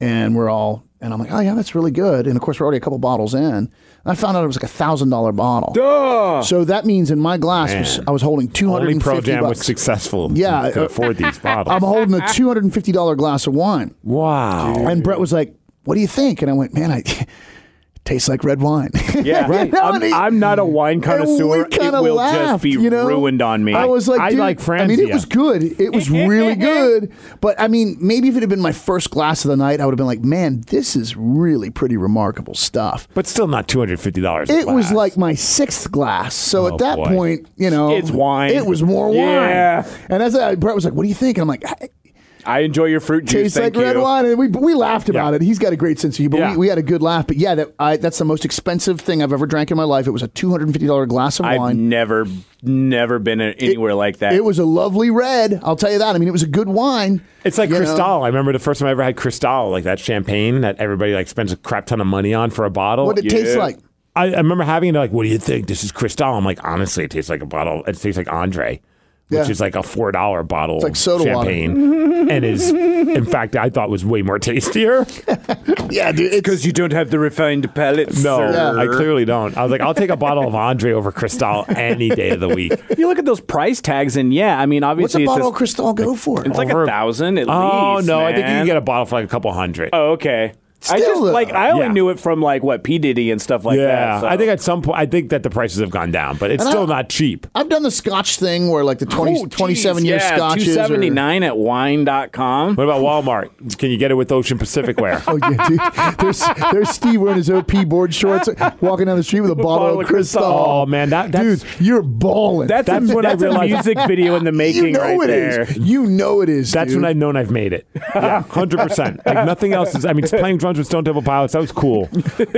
and we're all, and I'm like, "Oh yeah, that's really good." And of course, we're already a couple bottles in. And I found out it was like a thousand dollar bottle. So that means in my glass, was, I was holding two hundred Oh, Only and Pro fifty Jam was bucks. successful. Yeah, to uh, afford these bottles. [LAUGHS] I'm holding [LAUGHS] a two hundred and fifty dollar glass of wine. wow. And Brett was like, "What do you think?" And I went, "Man, I [LAUGHS] it tastes like red wine." Yeah, [LAUGHS] You know, I'm, and he- I'm not a wine and we connoisseur. It kinda will laughed, just be you know? ruined on me. I was like, I dude, like I mean, it Franzia. was good. It was [LAUGHS] really good. But I mean, maybe if it had been my first glass of the night, I would have been like, "Man, this is really pretty remarkable stuff." But still not $250. It was like my sixth glass. So Oh, at that boy. point, you know, It's wine. It was more wine. Yeah. And as I, Brett was like, "What do you think?" And I'm like, "I- I enjoy your fruit juice. tastes like thank red you. wine. And we we laughed about Yeah. it. He's got a great sense of humor. But Yeah. we, we had a good laugh. But yeah, that I, that's the most expensive thing I've ever drank in my life. It was a two hundred and fifty dollar glass of I've wine. never, never been a- anywhere like that. It was a lovely red. I'll tell you that. I mean, it was a good wine. It's like you know? Cristal. I remember the first time I ever had Cristal, like that champagne that everybody like spends a crap ton of money on for a bottle. What it tastes like. I, I remember having it like, what do you think? This is Cristal. I'm like, honestly, it tastes like a bottle. It tastes like Andre, which Yeah. is like a four dollar bottle like soda of water. champagne, and is in fact I thought was way more [LAUGHS] tastier. Yeah, dude. It's, you don't have the refined palate. No, Yeah. Oh, I clearly don't. I was like, I'll take a bottle of Andre over Cristal any day of the [LAUGHS] week. You look at those price tags, and yeah, I mean, what's obviously, a it's, bottle a- of Cristal go for? it's like Over- a thousand at Oh least. no, I think you can man. get a bottle for like a couple hundred. Oh, okay. I Still, just though. like I only Yeah. knew it from like what P Diddy and stuff like yeah, that. so- I think at some point I think that the prices have gone down, but it's And I- still not cheap. I've done the Scotch thing where like the 20, Ooh, geez, 27 year yeah, Scotches. are- 279 at wine.com. What about Walmart? Can you get it with Ocean Pacific [LAUGHS] wear? Oh yeah, dude. There's there's Steve wearing his OP board shorts, walking down the street with a bottle, of bottle of Cristal. Cristal. Oh man, that that's, dude, you're balling. That's, That's a, when I that's a realized- music video in the making you know right it there. is. You know it is. That's dude. when I've known I've made [LAUGHS] it. Yeah, hundred percent. Like nothing else is. I mean, playing drums with Stone Temple Pilots that was [LAUGHS] cool,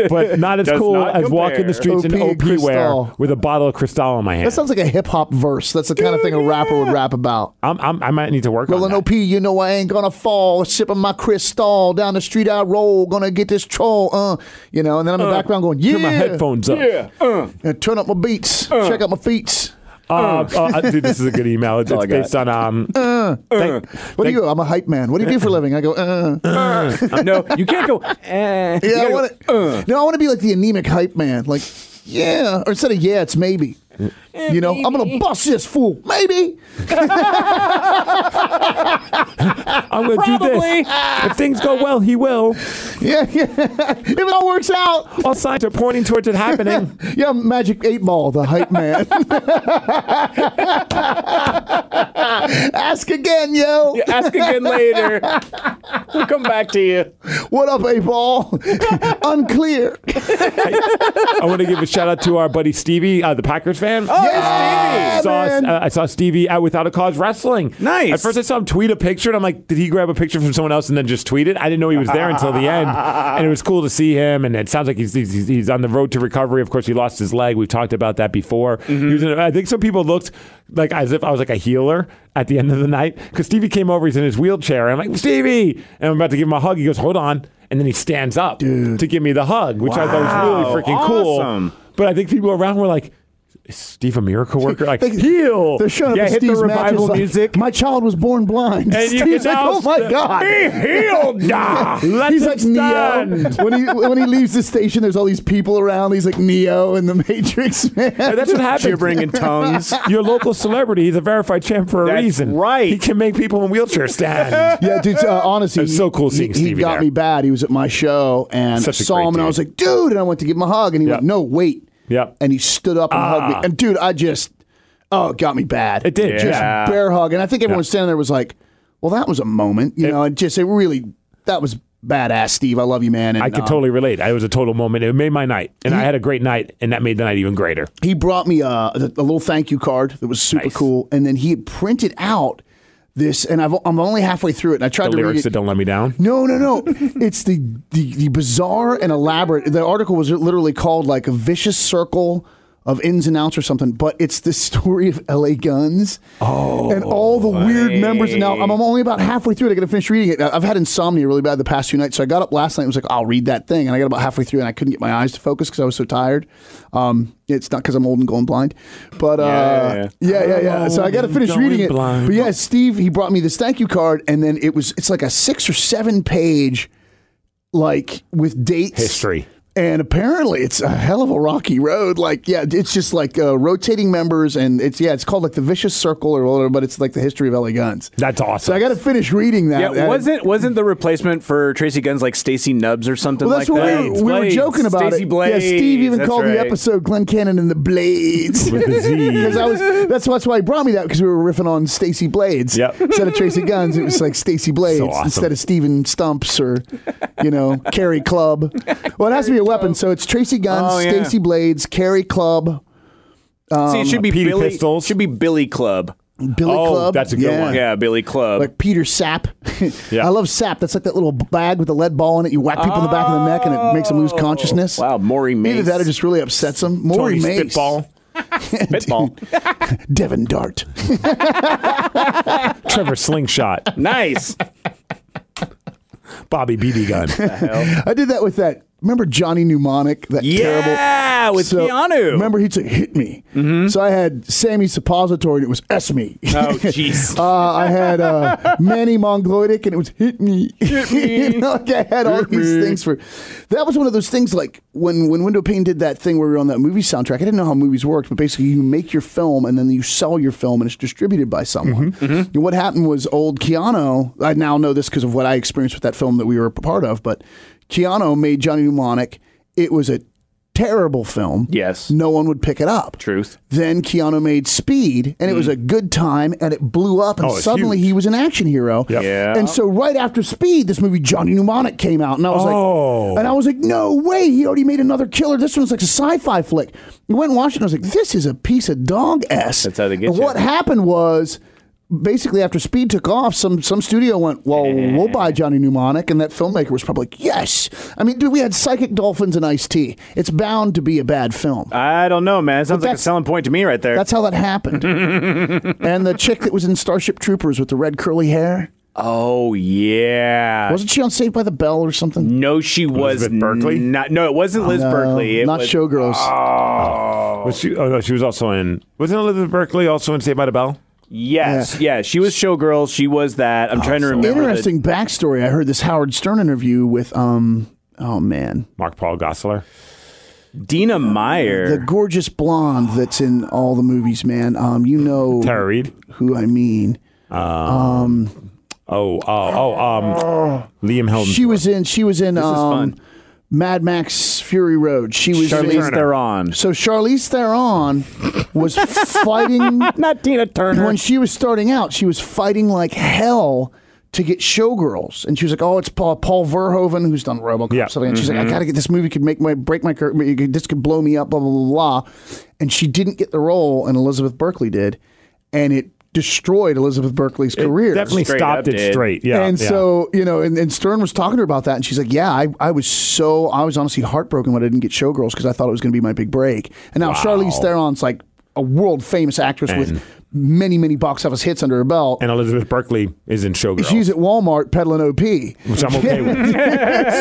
but not as Does cool not as walking compare. the streets in OP OP wear Cristal. with a bottle of Cristal in my hand. That sounds like a hip hop verse. That's the kind of thing a rapper would rap about. I'm, I'm, I might need to work on Rolling that. OP, you know I ain't gonna fall. Sipping my crystal down the street I roll. Gonna get this troll, uh, you know. And then I'm in the background going, yeah. Turn my headphones up. And turn up my beats. Check out my feet. Uh, uh, dude, this is a good email. It's, it's based on um. thank- What do you? I'm a hype man. What do you do for a living? I go, uh. no, you can't go. Eh. yeah, I want to. Uh. no, I want to be like the anemic hype man. Like, yeah, or instead of yeah, it's maybe. You know, I'm gonna bust this fool. Maybe. [LAUGHS] I'm going to do this. If things go well, he will. Yeah, yeah. if it all works out, All signs are pointing towards it [LAUGHS] happening. yeah, Magic Eight Ball, the hype man. [LAUGHS] Ask again, yo. Ask again later. We'll come back to you. What up, Eight Ball? [LAUGHS] Unclear. I want to give a shout out to our buddy Stevie, uh, the Packers fan. Oh, Yeah, I saw, man. uh, I saw Stevie at Without a Cause Wrestling. Nice. At first, I saw him tweet a picture, and I'm like, did he grab a picture from someone else and then just tweet it? I didn't know he was there until the end. And it was cool to see him, and it sounds like he's, he's, he's on the road to recovery. Of course, he lost his leg. We've talked about that before. Mm-hmm. He was in a- I think some people looked like as if I was like a healer at the end of the night because Stevie came over. He's in his wheelchair. And I'm like, Stevie. And I'm about to give him a hug. He goes, hold on. And then he stands up to give me the hug, which I thought was really Wow. freaking Awesome. cool. But I think people around were like, is Steve a miracle worker? Like, They- heal. They're showing up yeah, at hit Steve's the revival matches like, [LAUGHS] music. My child was born blind. And you Steve's can like, oh now my st- God. Be healed. Ah, let [LAUGHS] He's him like stand. Neo. When he when he leaves the station, there's all these people around. He's like Neo in the Matrix, man. And that's what happens. Gibbering in tongues. [LAUGHS] Your local celebrity, he's a verified champ for a That's reason. right. He can make people in wheelchairs [LAUGHS] stand. Yeah, dude. Uh, honestly, It was so cool he- seeing he, Stevie got there. me bad. He was at my show and Such a saw great him, and I dude. was like, dude. And I went to give him a hug, and he Yep. went, no, wait. Yep. And he stood up and hugged me. And dude, I just, oh, it got me bad. Ah. It did, Just yeah. bear hug. And I think everyone standing there was like, well, that was a moment. You know, it just, it really, that was badass, Steve. I love you, man. And, I could um, totally relate. It was a total moment. It made my night, and I had a great night, and that made the night even greater. he brought me a, a little thank you card that was super Nice. cool, and then he had printed out this, and I've, I'm only halfway through it, and I tried The to lyrics read it. that don't let me down. No, [LAUGHS] no, no. it's the, the the bizarre and elaborate. The article was literally called like a vicious circle of ins and outs or something, but it's the story of LA Guns oh, and all the weird members. Now I'm, I'm only about halfway through it. I got to finish reading it. I- I've had insomnia really bad the past few nights, so I got up last night and was like, I'll read that thing, and I got about halfway through and I couldn't get my eyes to focus because I was so tired. Um, it's not because I'm old and going blind, but uh, yeah, yeah, yeah. So I got to I'm finish going reading it. blind. But yeah, Steve, he brought me this thank you card, and then it was it's like a six or seven page, like with dates, History. and apparently it's a hell of a rocky road. Like yeah, it's just like uh, rotating members, and it's yeah, it's called like the vicious circle or whatever, but it's like the history of LA Guns. That's awesome. So I got to finish reading that. Yeah, And- wasn't wasn't the replacement for Tracy Guns like Stacy Nubbs or something Well, that's like what that? we, were, we were Blades. joking about Stacey it. Blades. yeah, Steve even That's called the right. episode "Glenn Cannon and [LAUGHS] the Blades." With the [LAUGHS] Z. Because I [LAUGHS] was that's that's why he brought me that because we were riffing on Stacy Blades Yep. instead of Tracy Guns. It was like Stacy Blades So awesome. instead of Steven Stumps or you know Carrie Club. Well, it has to be a weapon, so it's Tracy Guns, Oh, yeah. Stacy Blades, Carrie Club, See, it should be Um, Petey Billy. Pistols. Should be Billy Club. Billy Oh, Club. that's a good yeah. one. Yeah, Billy Club. Like Peter Sap. Yeah. [LAUGHS] I love Sap. That's like that little bag with the lead ball in it. You whack people in the back of the neck and it makes them lose consciousness. Oh. wow, Maury Mace. Either that or just really upsets them. Tony Maury Mace. Spitball, [LAUGHS] spitball. Devin Dart. [LAUGHS] Trevor [LAUGHS] Slingshot, nice. Bobby BB Gun. I did that with that. Remember Johnny Mnemonic? That terrible. Yeah, with So, Keanu. Remember he'd say, hit me. So I had Sammy Suppository and it was S me. [LAUGHS] Oh, jeez. Uh, I had uh, Manny Mongloidic, and it was hit me. [LAUGHS] you know, like I had all these things for. That was one of those things like when when Window Pane did that thing where we were on that movie soundtrack. I didn't know how movies worked, but basically you make your film and then you sell your film and it's distributed by someone. And what happened was old Keanu. I now know this because of what I experienced with that film that we were a part of. But Keanu made Johnny Mnemonic. It was a terrible film. Yes. no one would pick it up. Truth. Then Keanu made Speed, and it was a good time, and it blew up, and Hmm. Oh, it's suddenly huge. he was an action hero. Yeah. And so right after Speed, this movie Johnny Mnemonic came out, and I was Oh. like, and I was like, no way, he already made another killer. This one's like a sci-fi flick. I went and watched it, and I was like, this is a piece of dog s. That's how they get And you. What happened was. Basically, after Speed took off, some some studio went, "Well, we'll buy Johnny Mnemonic," and that filmmaker was probably like, "Yes." I mean, dude, we had Psychic Dolphins and Ice T. It's bound to be a bad film. I don't know, man. It sounds like a that's- selling point to me right there. That's how that [LAUGHS] happened. and the chick that was in Starship Troopers with the red curly hair Oh yeah. wasn't she on Saved by the Bell or something? no, she was Elizabeth Berkley? Not, no, it wasn't Liz Berkley. It not was, oh, Showgirls. Was she? Oh no, she was also in. Wasn't Elizabeth Berkley also in Saved by the Bell? Yes, yeah. She was Showgirls. She was that. I'm trying to remember. the- Interesting backstory. I heard this Howard Stern interview with um. Oh man, Mark Paul Gosselaar. Dina Meyer. the gorgeous blonde that's in all the movies, man. Um, you know Tara Reid. who I mean. Oh, oh, oh, um, Liam Helms. She was in. She was in. is um, fun. Mad Max Fury Road. She was. in- Charlize Theron. So Charlize Theron was [LAUGHS] fighting Not Tina Turner. when she was starting out, she was fighting like hell to get showgirls, and she was like, "Oh, it's Paul, Paul Verhoeven who's done Yeah. RoboCop." Mm-hmm. Yeah. Something. And she's like, "I gotta get this movie. Could make my break my cur- this could blow me up." Blah blah blah blah. And she didn't get the role, and Elizabeth Berkley did, and it destroyed Elizabeth Berkley's career. definitely Straight stopped up it did. straight. Yeah, and yeah. so you know, and, and Stern was talking to her about that, and she's like, "Yeah, I, I was so I was honestly heartbroken when I didn't get Showgirls because I thought it was going to be my big break." And now Charlize Theron's like a world famous actress And- with many many box office hits under her belt. and Elizabeth Berkley is in Showgirls. She's at Walmart peddling OP. which I'm okay with.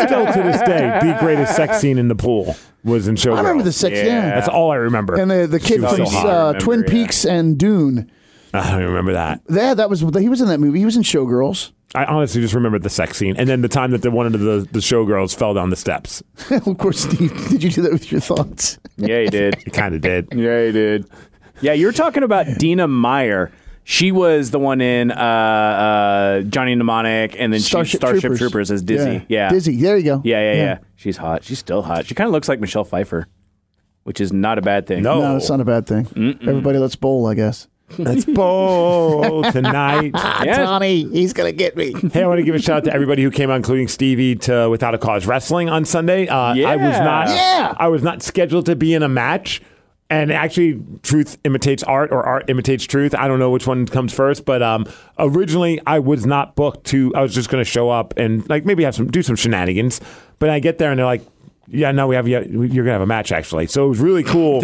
Still to this day, the greatest sex scene in the pool was in Showgirls. [LAUGHS] I remember the sex Yeah. yeah. That's all I remember. And the the She kid was from so hot. uh, I remember, Twin yeah. Peaks and Dune. I don't remember that. Yeah, that was he was in that movie. He was in Showgirls. [LAUGHS] I honestly just remember the sex scene, and then the time that the one of the, the showgirls fell down the steps. of course, Steve. Did you do that with your thoughts? yeah, he [LAUGHS] did. It kind of [LAUGHS] did. Yeah, he did. Yeah, you were talking about Dina Meyer. She was the one in uh, uh, Johnny Mnemonic, and then she, Starship Starship Troopers. Troopers. as Dizzy. Yeah. Dizzy. There you go. Yeah, yeah, yeah, She's hot. She's still hot. She kind of looks like Michelle Pfeiffer, which is not a bad thing. No. No, it's not a bad thing. Everybody, let's bowl. I guess. Let's bowl [LAUGHS] tonight. Tommy, he's gonna get me. Hey, I want to give a shout out to everybody who came out, including Stevie, to Without a Cause Wrestling on Sunday. Uh, I was Yeah. not. Yeah. I was not scheduled to be in a match. And actually, truth imitates art, or art imitates truth. I don't know which one comes first, but um, originally I was not booked to. I was just going to show up and like maybe have some do some shenanigans. But I get there and they're like, "Yeah, no, we have you. You're going to have a match actually." So it was really [LAUGHS] cool.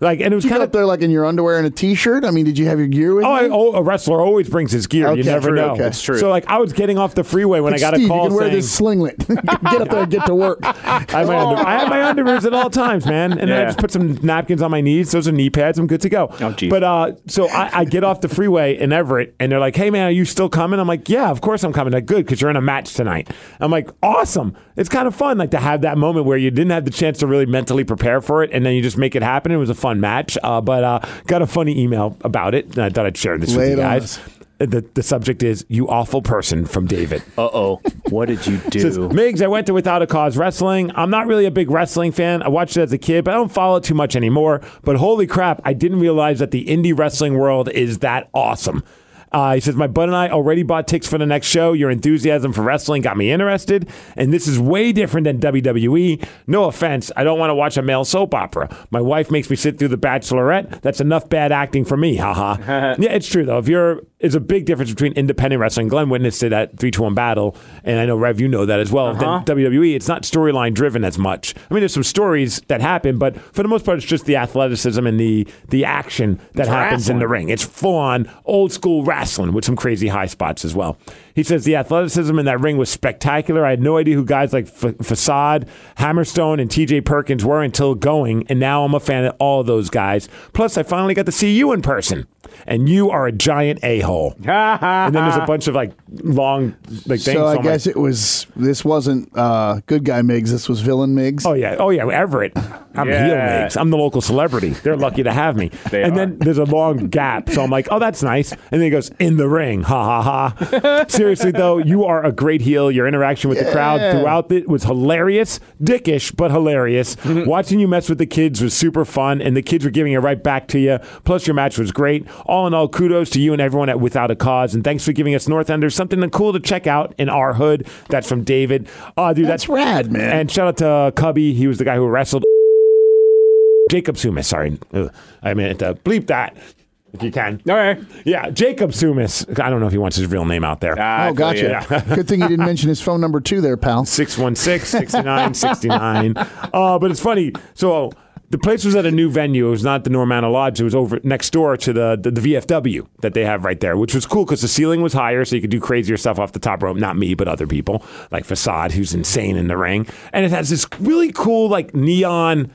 like, and it was You kind got of up there like in your underwear and a t-shirt. I mean, did you have your gear with Oh, I, you? oh, a wrestler always brings his gear. you Okay, never true, know. okay. It's true. So, like, I was getting off the freeway when I got Steve, a call you can wear saying, this slinglet. [LAUGHS] get up there and get [LAUGHS] to work. I, have my under- I have my underoos at all times, man. And then I Yeah. just put some napkins on my knees. Those are knee pads. I'm good to go. Oh, geez. But uh, so I, I get off the freeway in Everett, and they're like, hey, man, are you still coming? I'm like, yeah, of course I'm coming. Like, good, because you're in a match tonight. I'm like, awesome. It's kind of fun, like, to have that moment where you didn't have the chance to really mentally prepare for it, and then you just make it happen. It was a fun match. Uh, but uh, got a funny email about it, and I thought I'd share this Lay with it you on guys. us. The, the subject is you awful person from David. Uh oh. What did you do? Says, Migs, I went to Without a Cause Wrestling. I'm not really a big wrestling fan. I watched it as a kid, but I don't follow it too much anymore. But holy crap, I didn't realize that the indie wrestling world is that awesome. Uh, he says, My bud and I already bought tickets for the next show. Your enthusiasm for wrestling got me interested, and this is way different than WWE. No offense, I don't want to watch a male soap opera. My wife makes me sit through The Bachelorette. That's enough bad acting for me, haha. yeah, it's true, though. If you're, it's a big difference between independent wrestling. Glenn witnessed it at 3 to 1 Battle, and I know, Rev, you know that as well. Then WWE, it's not storyline driven as much. I mean, there's some stories that happen, but for the most part, it's just the athleticism and the, the action that happens in the ring. It's full on old school wrestling with some crazy high spots as well. He says the athleticism in that ring was spectacular. I had no idea who guys like F- Facade, Hammerstone, and TJ Perkins were until going, and now I'm a fan of all of those guys. Plus, I finally got to see you in person, and you are a giant a hole. [LAUGHS] Oh, and then there's a bunch of like long like things. So I I'm like, guess it was. This wasn't uh, good guy Migs. This was villain Migs. Oh yeah, oh yeah, Everett. I'm Yeah. heel mix. I'm the local celebrity. They're lucky to have me. They and are. then there's a long gap, so I'm like, oh, that's nice. And then he goes in the ring, ha ha [LAUGHS] ha. Seriously though, you are a great heel. Your interaction with the crowd throughout it was hilarious, dickish but hilarious. Mm-hmm. Watching you mess with the kids was super fun, and the kids were giving it right back to you. Plus, your match was great. All in all, kudos to you and everyone at Without a Cause, and thanks for giving us Northender something cool to check out in our hood. That's from David. Oh, dude, That's rad, man. and shout out to uh, Cubby. He was the guy who wrestled [LAUGHS] Jacob Sumas. Sorry. Ugh. I meant to bleep that if you can. All right. Yeah, Jacob Sumas. I don't know if he wants his real name out there. Ah, I oh, feel gotcha. [LAUGHS] you. good thing you didn't mention his phone number too, there, pal. 616 69 69. [LAUGHS] Uh, But it's funny. So the place was at a new venue. It was not the Normanna Lodge. It was over next door to the, the, the VFW that they have right there, which was cool because the ceiling was higher, so you could do crazier stuff off the top rope. Not me, but other people, like Facade, who's insane in the ring. And it has this really cool, like, neon.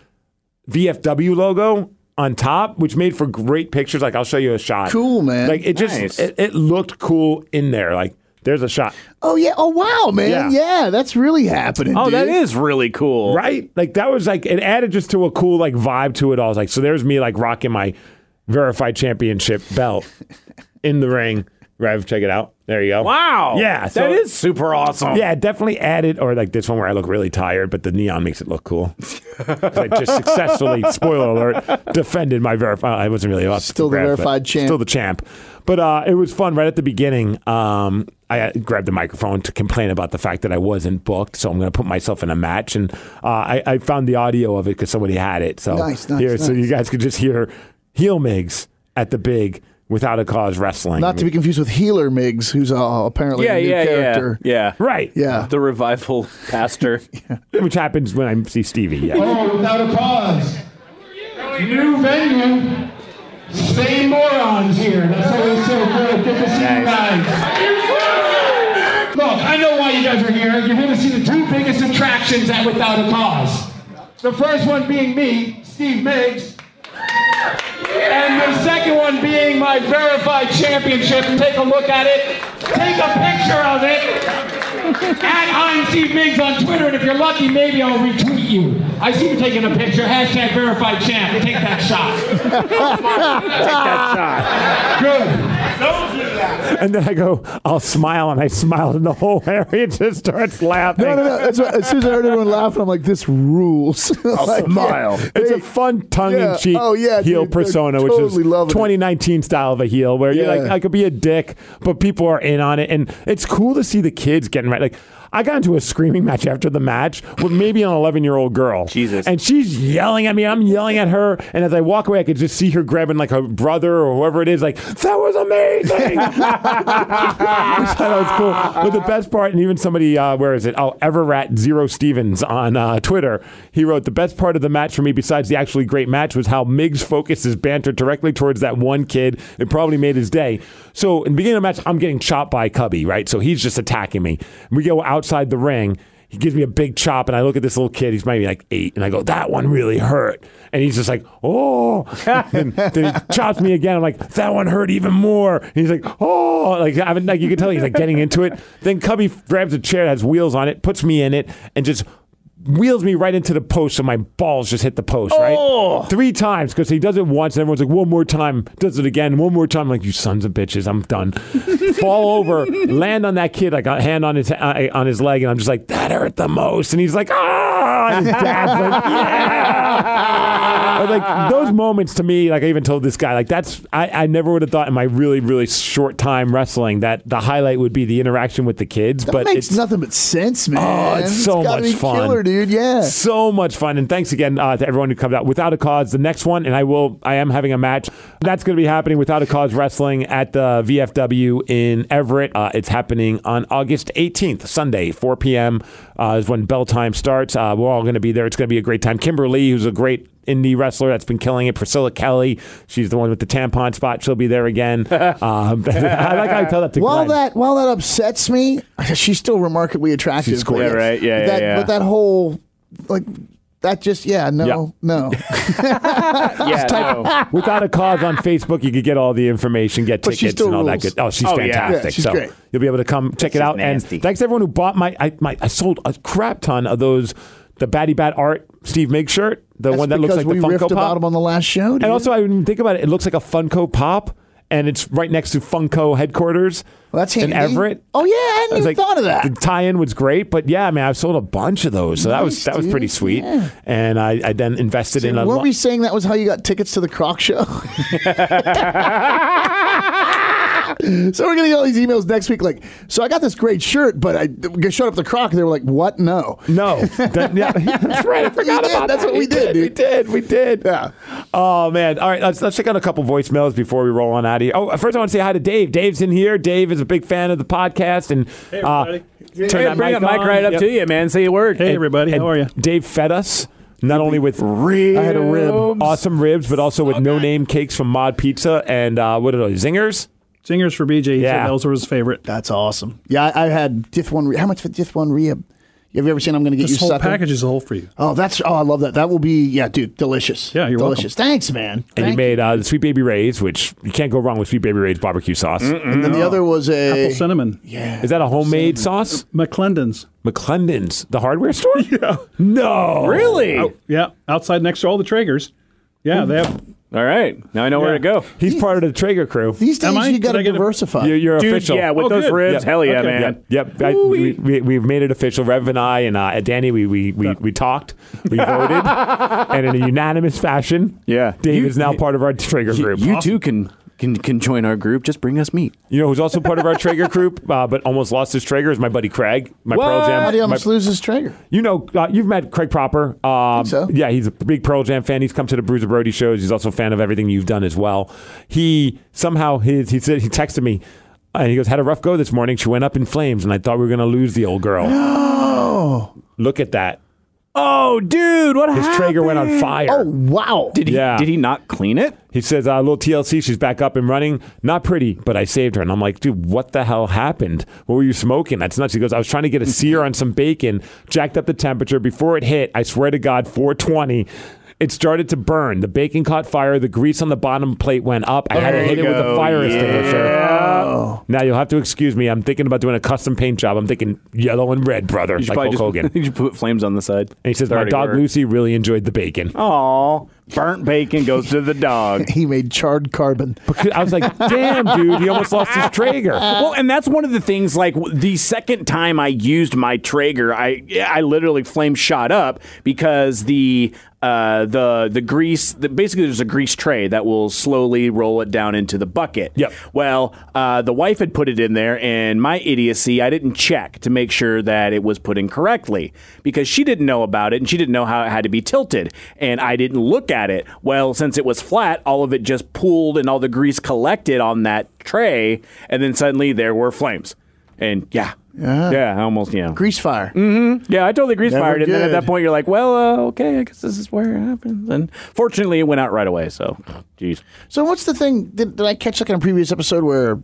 VFW logo on top, which made for great pictures. Like I'll show you a shot. Cool, man. Like it just Nice. it, it looked cool in there. Like there's a shot, Oh yeah. Oh wow, Yeah. man. Yeah, that's really happening. Oh, that dude. is really cool. right? Like that was like it added just to a cool like vibe to it all. Like so, there's me like rocking my verified championship belt in the ring. Rev, check it out. There you go. Wow. Yeah, so- that is super awesome. Yeah, it definitely added, or like this one where I look really tired, but the neon makes it look cool. [LAUGHS] 'Cause I just successfully, spoiler alert, defended my verified. I wasn't really up Still the grab, but verified champ. Still the champ. But uh, it was fun right at the beginning. Um, I uh, grabbed the microphone to complain about the fact that I wasn't booked, so I'm going to put myself in a match. And uh, I, I found the audio of it because somebody had it. So Nice, nice, here, so nice. you guys could just hear heel migs at the big without a cause wrestling. Not to be confused with Healer Migs, who's uh, apparently Yeah, a new yeah, yeah, character. yeah. right, Yeah. The revival pastor. which happens when I see Stevie. Yeah. Oh, without a cause. New venue. Same morons here. That's always so good. Good to see you guys. Look, I know why you guys are here. You're here to see the two biggest attractions at Without a Cause. The first one being me, Steve Miggs. And the second one being my verified championship. Take a look at it. Take a picture of it. At I'm Steve Miggs on Twitter, and if you're lucky, maybe I'll retweet you. I see you taking a picture. Hashtag verified champ. Take that shot. Take that shot. Good. Don't do that. And then I go, I'll smile, and I smile, and the whole [LAUGHS] area just starts laughing. No, no, no. That's what, as soon as I heard everyone laughing, I'm like, this rules. [LAUGHS] I'll smile. It's a fun tongue-in-cheek Yeah. Oh, yeah, heel dude. They're persona, which is totally loving it. 2019 style of a heel, where you're like, Yeah. I could be a dick, but people are in on it, and it's cool to see the kids getting right. Like, I got into a screaming match after the match with maybe an 11 year old girl. Jesus. And she's yelling at me. I'm yelling at her. And as I walk away, I could just see her grabbing like her brother or whoever it is, like, that was [LAUGHS] amazing. [LAUGHS] I thought that was cool. But the best part, and even somebody, uh, where is it? Oh, Everrat Zero Stevens on uh, Twitter. He wrote, The best part of the match for me, besides the actually great match, was how Miggs focused his banter directly towards that one kid. It probably made his day. So, in the beginning of the match, I'm getting chopped by Cubby, right? So he's just attacking me. We go outside the ring. He gives me a big chop, and I look at this little kid. He's maybe like eight, and I go, "That one really hurt." And he's just like, "Oh!" [LAUGHS] And then he chops me again. I'm like, "That one hurt even more." And he's like, "Oh!" Like I mean, like you can tell he's like getting into it. Then Cubby grabs a chair that has wheels on it, puts me in it, and just wheels me right into the post, so my balls just hit the post, Oh. right? Three times because he does it once, and everyone's like, one more time, does it again, one more time. I'm like, you sons of bitches, I'm [LAUGHS] done. Fall over, land on that kid, like a hand on his uh, on his leg, and I'm just like, that hurt the most, and he's like, ah, and his dad's like, [LAUGHS] yeah. But, like those moments to me, like I even told this guy, like that's I, I never would have thought in my really really short time wrestling that the highlight would be the interaction with the kids. That but makes it's nothing but sense, man. Oh, it's so gotta much be fun. killer, dude. Yeah. So much fun. And thanks again uh, to everyone who comes out. Without a Cause, the next one, and I will, I am having a match. That's going to be happening Without a Cause Wrestling at the VFW in Everett. Uh, it's happening on August 18th, Sunday, 4 p.m. Uh, is when bell time starts. Uh, we're all going to be there. It's going to be a great time. Kimberly, who's a great indie wrestler that's been killing it. Priscilla Kelly, she's the one with the tampon spot. She'll be there again. Um, [LAUGHS] I like how I tell that to While Glenn. that while that upsets me, [LAUGHS] she's still remarkably attractive. She's cool. but- Yeah, right. Yeah, but yeah, that, yeah. But that whole like that just yeah no Yeah. no. Yeah, no. Without a cause on Facebook, you could get all the information, get But she tickets, still and all that rules. good. Oh, she's Oh, yeah. Yeah, fantastic. she's so great. you'll be able to come check it She's out. nasty. And thanks to everyone who bought my I, my I sold a crap ton of those the Batty Bat Art Steve Mig shirt, the That's one that looks because like the we riffed Funko about him Pop. on the last show. Dude. And also, I didn't even think about it. It looks like a Funko Pop, and it's right next to Funko headquarters. Well, that's in handy. Everett. Oh yeah, I hadn't I was even like, thought of that. The tie-in was great, but yeah, I mean, I sold a bunch of those, so that was Nice, that was dude. pretty sweet. Yeah. And I, I then invested in a. Weren't lo- we saying that was how you got tickets to the Croc Show? [LAUGHS] so we're gonna get all these emails next week. Like, so I got this great shirt, but I showed up the Croc, and they were like, "What? No." No, That- [LAUGHS] yeah, that's right. I forgot did. about That's that. what we did, We dude. did. We did. Yeah. Oh man. All right. Let's let's check out a couple voicemails before we roll on out of here. Oh, first I want to say hi to Dave. Dave's in here. Dave is a big fan of the podcast and uh, turn Hey, that bring mic that mic on. right up Yep. to you, man. Say a word. Hey, everybody. And How are you? Dave fed us not only with ribs, had a rib. awesome ribs, but also with no name cakes from Mod Pizza and uh, what are those zingers? Singers for BJ. He Yeah. said Those were his favorite. That's awesome. Yeah, I, I had diff one. Re- how much for diff one rehab? Have you ever seen? I'm going to get This you whole sucker. package is a whole for you. Oh, that's oh, I love that. That will be yeah, dude, delicious. Yeah, you're welcome. delicious. Thanks, man. And he Thank- made uh, the Sweet Baby Ray's, which you can't go wrong with Sweet Baby Ray's barbecue sauce. and then the other was a Apple cinnamon. Is that a homemade sauce? McClendon's. McClendon's, the hardware store? [LAUGHS] Yeah. No. Really? Oh. Yeah. Outside next to all the Traegers. Yeah, they have. All right. Now I know where Yeah. to go. Oh, He's part of the Traeger crew. these Am I- days you got did I to get a- diversify. You're, you're Dude, official. yeah, with Oh, those good. ribs, Yeah. hell yeah, Okay. man. Yep, yep. I, we, we, we've made it official. Rev and I and uh, Danny, we we, we, we talked, we [LAUGHS] voted, and in a unanimous fashion, Yeah. Dave You- is now part of our Traeger You, group. you too can, can can join our group. Just bring us meat. You know who's also part of our Traeger group, uh, but almost lost his Traeger is my buddy Craig, my Pearl What? How do Jam. you my- almost lose this Traeger? you know, uh, you've met Craig Proper. Um, so. Yeah, he's a big Pearl Jam fan. He's come to the Bruiser Brody shows. He's also a fan of everything you've done as well. He somehow his he said he texted me. And he goes, had a rough go this morning. She went up in flames, and I thought we were going to lose the old girl. No. Look at that. Oh, dude, what His Traeger went on fire. Oh wow! Did he, Yeah. did he not clean it? He says, uh, little TLC, she's back up and running. Not pretty, but I saved her. And I'm like, dude, what the hell happened? What were you smoking? That's nuts. He goes, I was trying to get a sear on some bacon, jacked up the temperature. Before it hit, I swear to God, 420. It started to burn. The bacon caught fire. The grease on the bottom plate went up. I had to There hit it you with a go. fire extinguisher. Yeah. Now you'll have to excuse me. I'm thinking about doing a custom paint job. I'm thinking yellow and red, brother, [LAUGHS] You should like Hulk Hogan. probably And just, [LAUGHS] you should put flames on the side. he says, They my already dog were. Lucy really enjoyed the bacon. [LAUGHS] Aw. Burnt bacon goes to the [LAUGHS] dog. He made charred carbon. I was like, damn, dude, he almost lost his Traeger. well, and that's one of the things. Like w- the second time I used my Traeger, I I literally flame shot up because the uh, the the grease. The, basically, there's a grease tray that will slowly roll it down into the bucket. Yep. Well, uh, the wife had put it in there, and my idiocy, I didn't check to make sure that it was put in correctly because she didn't know about it and she didn't know how it had to be tilted, and I didn't look at it. Well, since it was flat, all of it just pooled and all the grease collected on that tray, and then suddenly there were flames. And yeah, yeah, I almost yeah, Grease fire. yeah, I totally grease Never fired. And then at good. that point, you're like, well, uh, okay, I guess this is where it happens. And fortunately, it went out right away. So, jeez. So what's the thing? Did, did I catch like in a previous episode where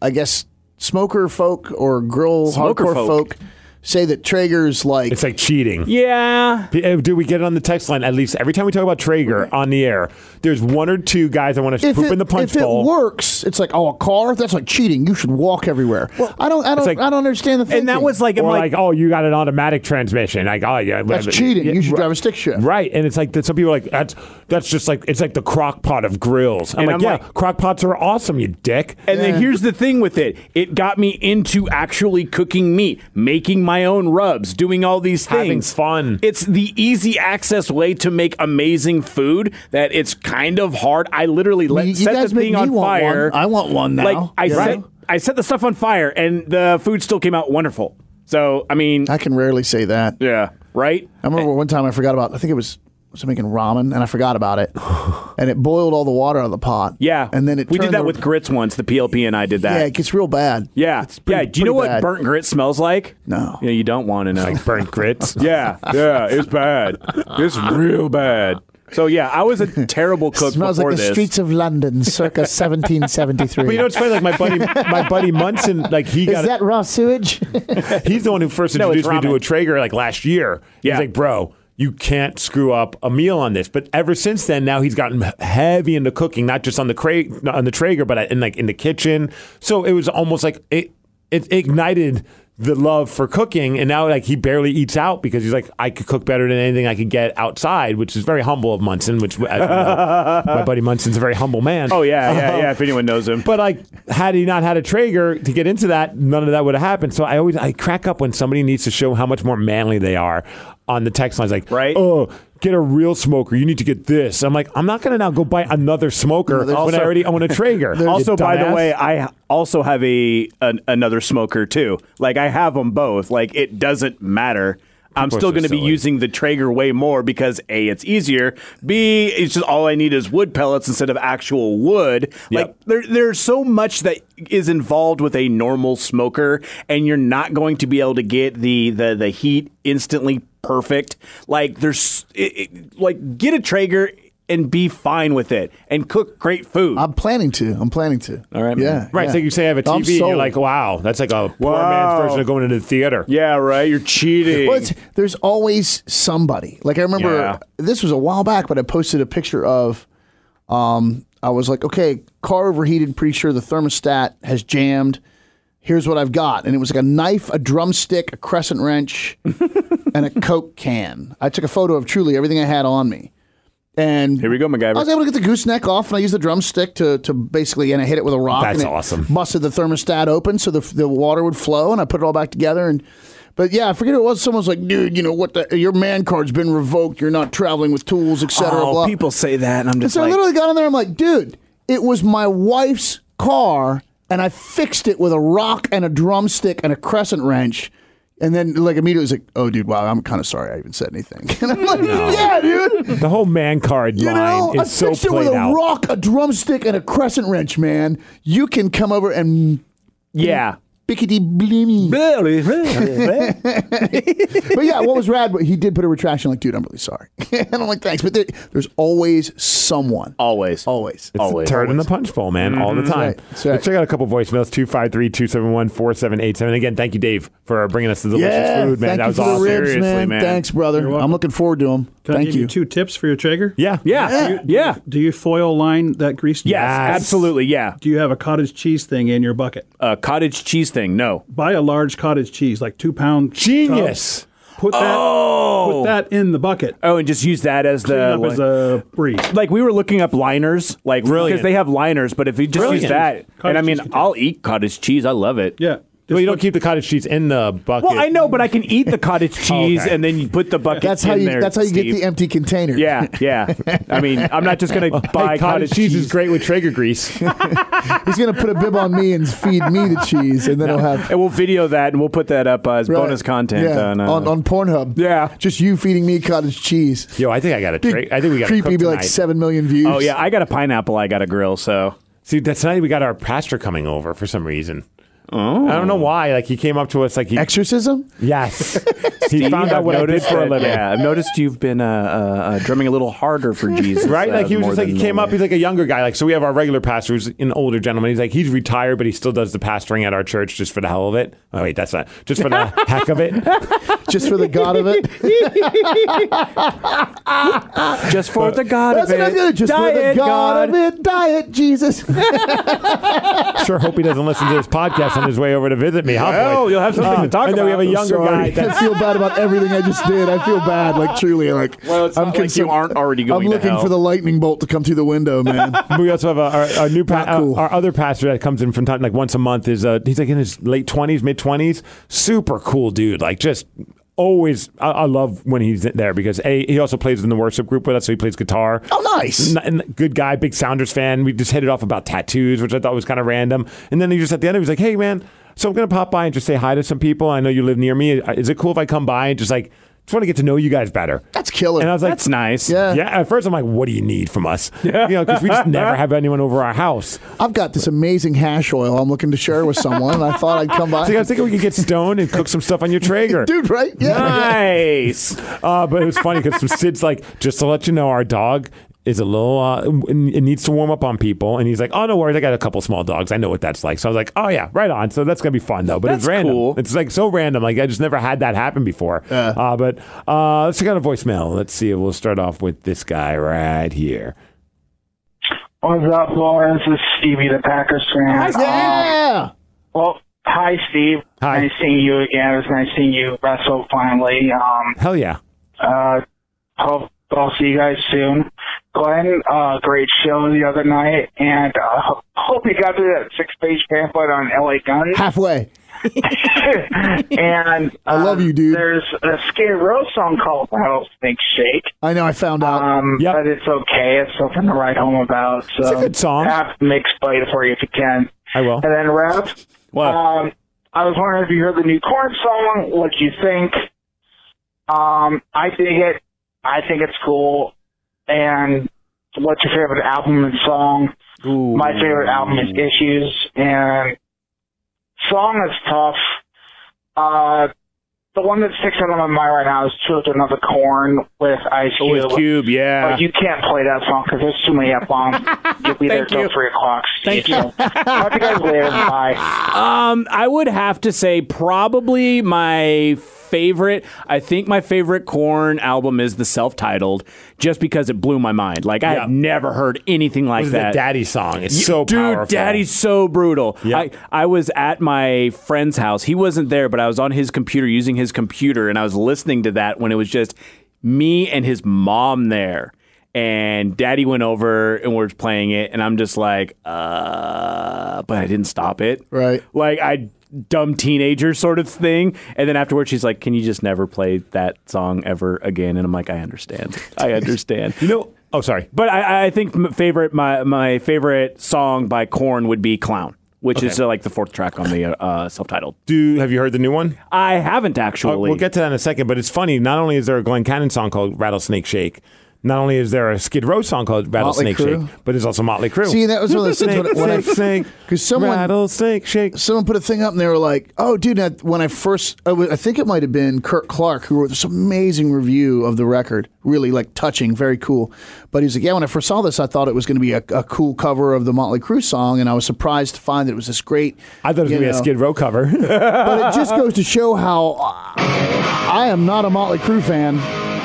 I guess smoker folk or grill Smoker hardcore folk. folk. say that Traeger's like It's like cheating. Yeah, P- uh, Do we get it on the text line? At least every time we talk about Traeger on the air, there's one or two guys I want to if poop it, in the punch if it bowl. works, it's like oh a car. That's like cheating. You should walk everywhere. I don't. I don't. like- I don't understand the thinking. and that was like, I'm or like, like, oh, you got an automatic transmission. Like, oh yeah, that's whatever. cheating. Yeah, you should right. drive a stick shift. Right, and it's like that. Some people are like that's that's just like it's like the crock pot of grills. I'm And like, I'm yeah, like- crock pots are awesome, you dick. And then here's the thing with it. It got me into actually cooking meat, making my own rubs, doing all these things. Having fun. It's the easy access way to make amazing food that it's kind of hard. I literally let You- you set guys the make thing me on want fire. one. I want one now, Like I you set know? I set the stuff on fire and the food still came out wonderful. So, I mean, I can rarely say that. yeah, right? I remember one time I forgot about. I think it was was I making ramen, and I forgot about [SIGHS] it, and it boiled all the water out of the pot. Yeah. and then it We did turned that the- with grits once. The PLP and I did Yeah, it that. gets real bad. Yeah. yeah. Do you pretty know what bad. burnt grit smells like? No. Yeah, you don't want to know. Like burnt [LAUGHS] grits. Yeah, yeah, it's bad. It's real bad. So yeah, I was a terrible cook smells before like the this. streets of London, [LAUGHS] circa 1773. But you know what's funny? Like my buddy, my buddy Munson, like he is got that raw sewage? [LAUGHS] He's the one who first No, it's introduced me to ramen. a Traeger like last year. Yeah. He's like, bro, you can't screw up a meal on this. But ever since then, now he's gotten heavy into cooking, not just on the cra- not on the Traeger, but in like in the kitchen. So it was almost like it it ignited the love for cooking and now like he barely eats out because he's like i could cook better than anything i could get outside which is very humble of munson which as you [LAUGHS] know, my buddy munson's a very humble man oh yeah, yeah, yeah. If anyone knows him, but like, had he not had a Traeger to get into that, none of that would have happened. So I always I crack up when somebody needs to show how much more manly they are on the text lines. Like, Right. Oh, get a real smoker. You need to get this. I'm like, I'm not gonna now go buy another smoker when I also- already own a [LAUGHS] Traeger. you also by the dumbass. way, I also have a an, another smoker too. Like I have them both. Like it doesn't matter. I'm People are still so going to be silly. using the Traeger way more because a it's easier. B it's just all I need is wood pellets instead of actual wood. Yep. Like there, there's so much that is involved with a normal smoker, and you're not going to be able to get the the the heat instantly perfect. Like there's it, it, like get a Traeger and be fine with it and cook great food. I'm planning to. I'm planning to. All right, man. Yeah. right? yeah. So you say I have a TV, I'm and you're sold. like, wow, that's like a poor Wow. man's version of going into the theater. Yeah, right. You're cheating. Well, it's, there's always somebody. Like I remember Yeah. this was a while back, but I posted a picture of. Um, I was like, okay, car overheated. Pretty sure the thermostat has jammed. Here's what I've got, and it was like a knife, a drumstick, a crescent [LAUGHS] wrench, and a Coke can. I took a photo of truly everything I had on me. And Here we go, MacGyver. I was able to get the gooseneck off, and I used the drumstick to, to basically, and I hit it with a rock. That's and it awesome. Busted the thermostat open so the, the water would flow, and I put it all back together. And but yeah, I forget who it was. Someone's like, dude, you know what? The, your man card's been revoked. You're not traveling with tools, etc. Oh, blah. Oh, say that, and I'm And so I literally got in there. I'm like, dude, it was my wife's car, and I fixed it with a rock and a drumstick and a crescent wrench. And then, like, immediately was like, oh, dude, wow, I'm kind of sorry I even said anything. [LAUGHS] And I'm like, yeah, dude. The whole man card You know, line I is so fixed it with played a out. rock, a drumstick, and a crescent wrench, man. You can come over and [LAUGHS] yeah. bickety [LAUGHS] blimmy. but yeah, what was rad? But he did put a retraction. Like, dude, I'm really sorry. [LAUGHS] and I'm like, thanks. But there, there's always someone. Always. Always. It's a turd in the punch bowl, man, all the time. right. That's right. Let's check out a couple voicemails 253 271 4787. Again, thank you, Dave, for bringing us the delicious yeah, food, man. thank That you was for awesome. the ribs, Seriously, man. man. Thanks, brother. I'm welcome. looking forward to them. Can I thank give you. you. two tips for your Traeger? Yeah. Yeah. Yeah. Do you foil line that grease? Yes, absolutely. Yeah. Do you have a cottage cheese thing in your bucket? Uh, cottage cheese thing. No. Buy a large cottage cheese, like two pound. Genius. Put that, Oh. put that in the bucket. Oh, and just use that as Clean the up as a breeze. like we were looking up liners, like Brilliant. because they have liners. But if you just Brilliant. use that, Cottage and I mean, cheese. I'll eat cottage cheese. I love it. Yeah. Well, you don't keep the cottage cheese in the bucket. Well, I know, but I can eat the [LAUGHS] cottage cheese, Okay. and then you put the bucket. That's how in you. There, that's how you get the Steve. empty container. Yeah, yeah. I mean, I'm not just gonna Hey, buy cottage cheese. is great with Traeger grease. He's gonna put a bib on me and feed me [LAUGHS] the cheese, and then he'll have and we'll video that, and we'll put that up uh, as Right. bonus content Yeah, on, uh, on on Pornhub. Yeah. just you feeding me cottage cheese. Yo, I think I got a Be Traeger. I think we got creepy. A Be like seven million views. Oh yeah, I got a pineapple. I got a grill. So See, that tonight we got our pastor coming over for some reason. Oh. I don't know why. Like he came up to us like he exorcism. yes. he found out what I did noticed for a that- living. Yeah, I've noticed you've been uh, uh, uh, drumming a little harder [LAUGHS] for Jesus. Right? uh, Like he was more just like, than he came up, normal. he's like a younger guy. Like, so we have our regular pastor who's an older gentleman. He's like, he's retired, but he still does the pastoring at our church just for the hell of it. Oh, wait, that's not, just for [LAUGHS] the heck of it. Just for the god of it. [LAUGHS] just for the God That's of what I it. did. Just for the Diet god, of it. Diet [LAUGHS] Jesus. Sure hope he doesn't listen to this podcast on his way over to visit me. Huh, boy? Ah. Well, Oh, you'll have something to talk And then we have about. a I'm younger guy Sorry. that's I feel bad about everything I just did. I feel bad, like truly, like Well, it's not like you aren't already going I'm to looking hell. for the lightning bolt to come through the window, man. [LAUGHS] we also have a, our, our new pa- Not cool. uh, our other pastor that comes in from time like once a month is uh, he's like in his late twenties, mid twenties, super cool dude. Like just always, I, I love when he's there because a he also plays in the worship group with us, so he plays guitar. Oh, nice. N- and good guy, big Sounders fan. We just hit it off about tattoos, which I thought was kind of random. And then he just at the end, he was like, "Hey, man, so I'm gonna pop by and just say hi to some people. I know you live near me. Is it cool if I come by and just like just want to get to know you guys better?" That's killer. And I was like, That's nice. Yeah. yeah, at first I'm like, what do you need from us? Yeah. You know, because we just never have anyone over our house. I've got this amazing hash oil I'm looking to share with someone, and I thought I'd come [LAUGHS] by. So I was thinking we could get stoned and cook some stuff on your Traeger. [LAUGHS] Dude, right? Yeah. Nice. Uh, but it was funny because Sid's like, just to let you know, our dog is a little, uh, it needs to warm up on people. And he's like, oh, no worries. I got a couple small dogs. I know what that's like. So I was like, oh, yeah, right on. So that's going to be fun, though. But it's That's random. cool. It's like so random. Like I just never had that happen before. Uh, but uh, let's check out a voicemail. Let's see. We'll start off with this guy right here. What's up, Lawrence? This is Stevie, the Packers fan. Yeah. Well, hi, Steve. Hi. Nice seeing you again. It was nice seeing you wrestle finally. Um, Hell yeah. uh, hope I'll see you guys soon. Glenn, uh, great show the other night, and uh, ho- hope you got through that six-page pamphlet on LA Guns. Halfway. and [LAUGHS] I love um, you, dude. There's a Skid Row song called "Rattlesnake Shake." I know. I found out. Um, Yep. but it's okay. It's something to write home about. So a good song. Have Mick play it for you if you can. I will. And then rap. What? Um, I was wondering if you heard the new Corn song. What you think? Um, I dig it. I think it's cool. And what's your favorite album and song? My favorite album is Issues, and song is tough. Uh, the one that sticks out on my mind right now is Took Another Corn with Ice Oh, Cube. with Cube, yeah. But you can't play that song because there's too many F [LAUGHS] bombs. You'll be there Thank you. till 3 o'clock. Thank you. Talk to you guys later. [LAUGHS] Bye. Um, I would have to say probably my favorite. I think my favorite Corn album is the self-titled, just because it blew my mind. Like I Yeah. had never heard anything like This is that. the daddy song. It's so dude, powerful. Daddy's so brutal. Yeah. I, I was at my friend's house. He wasn't there, but I was on his computer using his computer, and I was listening to that when it was just me and his mom there. And Daddy went over and was playing it, and I'm just like, uh, but I didn't stop it. Right. Like I dumb teenager sort of thing. And then afterwards she's like, Can you just never play that song ever again? And I'm like, I understand. I understand. [LAUGHS] You know, oh, sorry. But I, I think m- favorite my my favorite song by Korn would be "Clown," which is uh, like the fourth track on the uh, uh, self-titled. Do have you heard the new one? I haven't Uh, actually. we'll get to that in a second. But it's funny. Not only is there a Glenn Cannon song called Rattlesnake Shake, not only is there a Skid Row song called Rattlesnake Crue. Shake, but there's also Motley Crue. See, that was one of those things when- Snake, when I- snake, snake, [LAUGHS] 'Cause someone- rattlesnake shake. Someone put a thing up, and they were like, "Oh, dude!" and I- When I first, I, was, I think it might have been Kurt Clark who wrote this amazing review of the record. Really, like touching, very cool. But he's like, "Yeah." When I first saw this, I thought it was going to be a, a cool cover of the Motley Crue song, and I was surprised to find that it was this great. I thought it was you gonna be a know. Skid Row cover. [LAUGHS] But it just goes to show how uh, I am not a Motley Crue fan.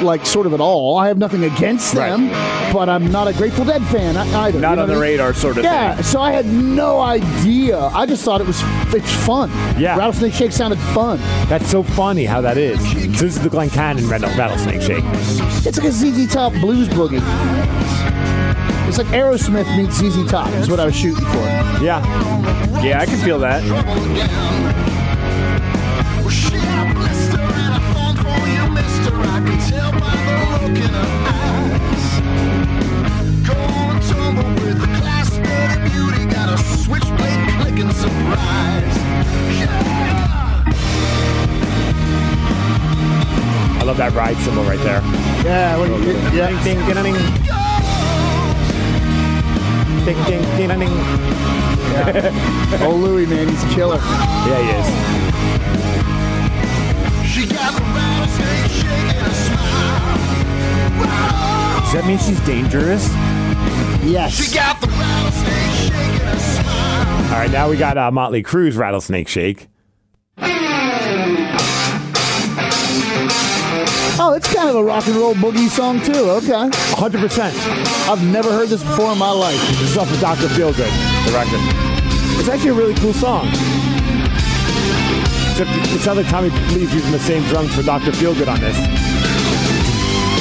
like sort of at all. I have nothing against them, but I'm not a Grateful Dead fan I- either. Not you know on what I the mean? radar sort of Yeah, thing. so I had no idea. I just thought it was it's fun. Yeah. Rattlesnake Shake sounded fun. That's so funny how that is. So this is the Glen Cannon rattle- rattlesnake shake. It's like a ZZ Top blues boogie. It's like Aerosmith meets ZZ Top. Is what I was shooting for. Yeah. Yeah, I can feel that. Surprise. Yeah. I love that ride symbol right there. Yeah. What, yeah. Ding, ding, ding, ding. Ding, ding, ding, ding, ding. Oh, Louie, man, he's a killer. Yeah, he is. She got a rattlesnake shake and a smile. Wow. Does that mean she's dangerous? She Yes. got the rattlesnake shake and a smile. All right, now we got uh, Motley Crue's rattlesnake shake. Oh, it's kind of a rock and roll boogie song too. Okay. 100%. I've never heard this before in my life. This is off of Dr. Feelgood, the record. It's actually a really cool song. Except it sounds like Tommy Lee's using the same drums for Dr. Feelgood on this.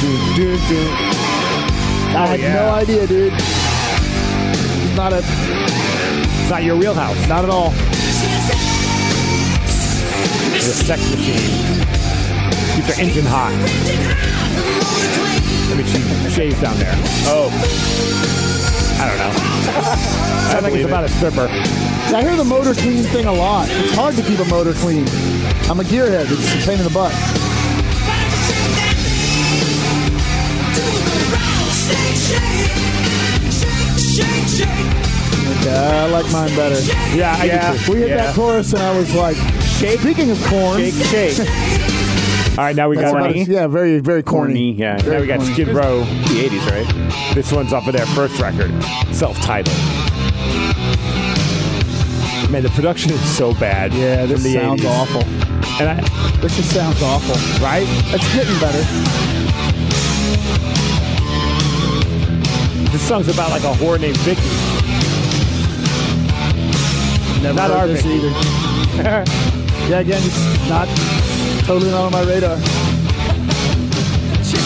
Do, do, do. I Oh, had no idea, dude. Not a It's not your wheelhouse. Not at all. It's a sex machine. Keep their engine hot. I mean, she shaves down there. Oh. I don't know. I think it's about a stripper. I hear the motor clean thing a lot. It's hard to keep a motor clean. I'm a gearhead. It's a pain in the butt. Shake, shake, Yeah, I like mine better. Yeah, I yeah. We hit that chorus, and I was like, Speaking of corn, Shake, shake. [LAUGHS] All right, now we that's got about Corny. it. yeah, very very corny. Corny, yeah. now we got Skid Row. The 80s, right? This one's off of their first record, self-titled. Man, the production is so bad. Yeah, this from the sounds 80s. awful. And I, This just sounds awful. right? It's getting better. This song's about like a whore named Vicky. Never Not heard our this Vicky. either. [LAUGHS] yeah, again, it's not totally not on my radar. Check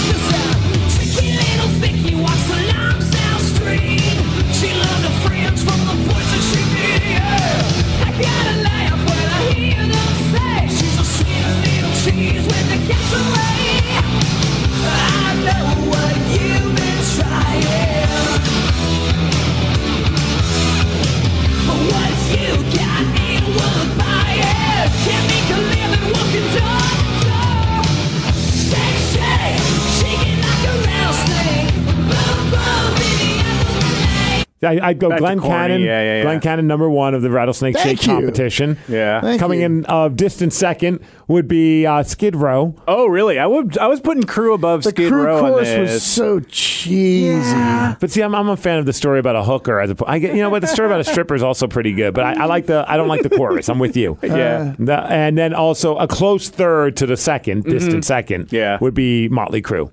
this out. Tricky little Vicky walks along South Street. She loved her friends from the poison she did. I gotta laugh when I hear them say she's a sweet little cheese when they get away. I know what you've been trying. But what you got ain't worth buying. Can't make a living walking door to door. Shake, shake, shake it like a rattlesnake. Boom, boom, baby, I'm on the lane. I, I'd go Back to Glenn corny. Cannon. Yeah, yeah, yeah. Glenn Cannon number one of the Rattlesnake Thank Shake you. competition. Yeah. Thank Coming you. in uh, distant second would be uh, Skid Row. Oh, really? I would. I was putting crew above The Skid crew Row on chorus this. was so cheesy. But see, I'm, I'm a fan of the story about a hooker. As a, I get, you know what, the story about a stripper is also pretty good. But I, I like the I don't like the chorus. I'm with you. Uh, Yeah. The- and then also a close third to the 2nd distant second. Yeah. would be Motley Crue.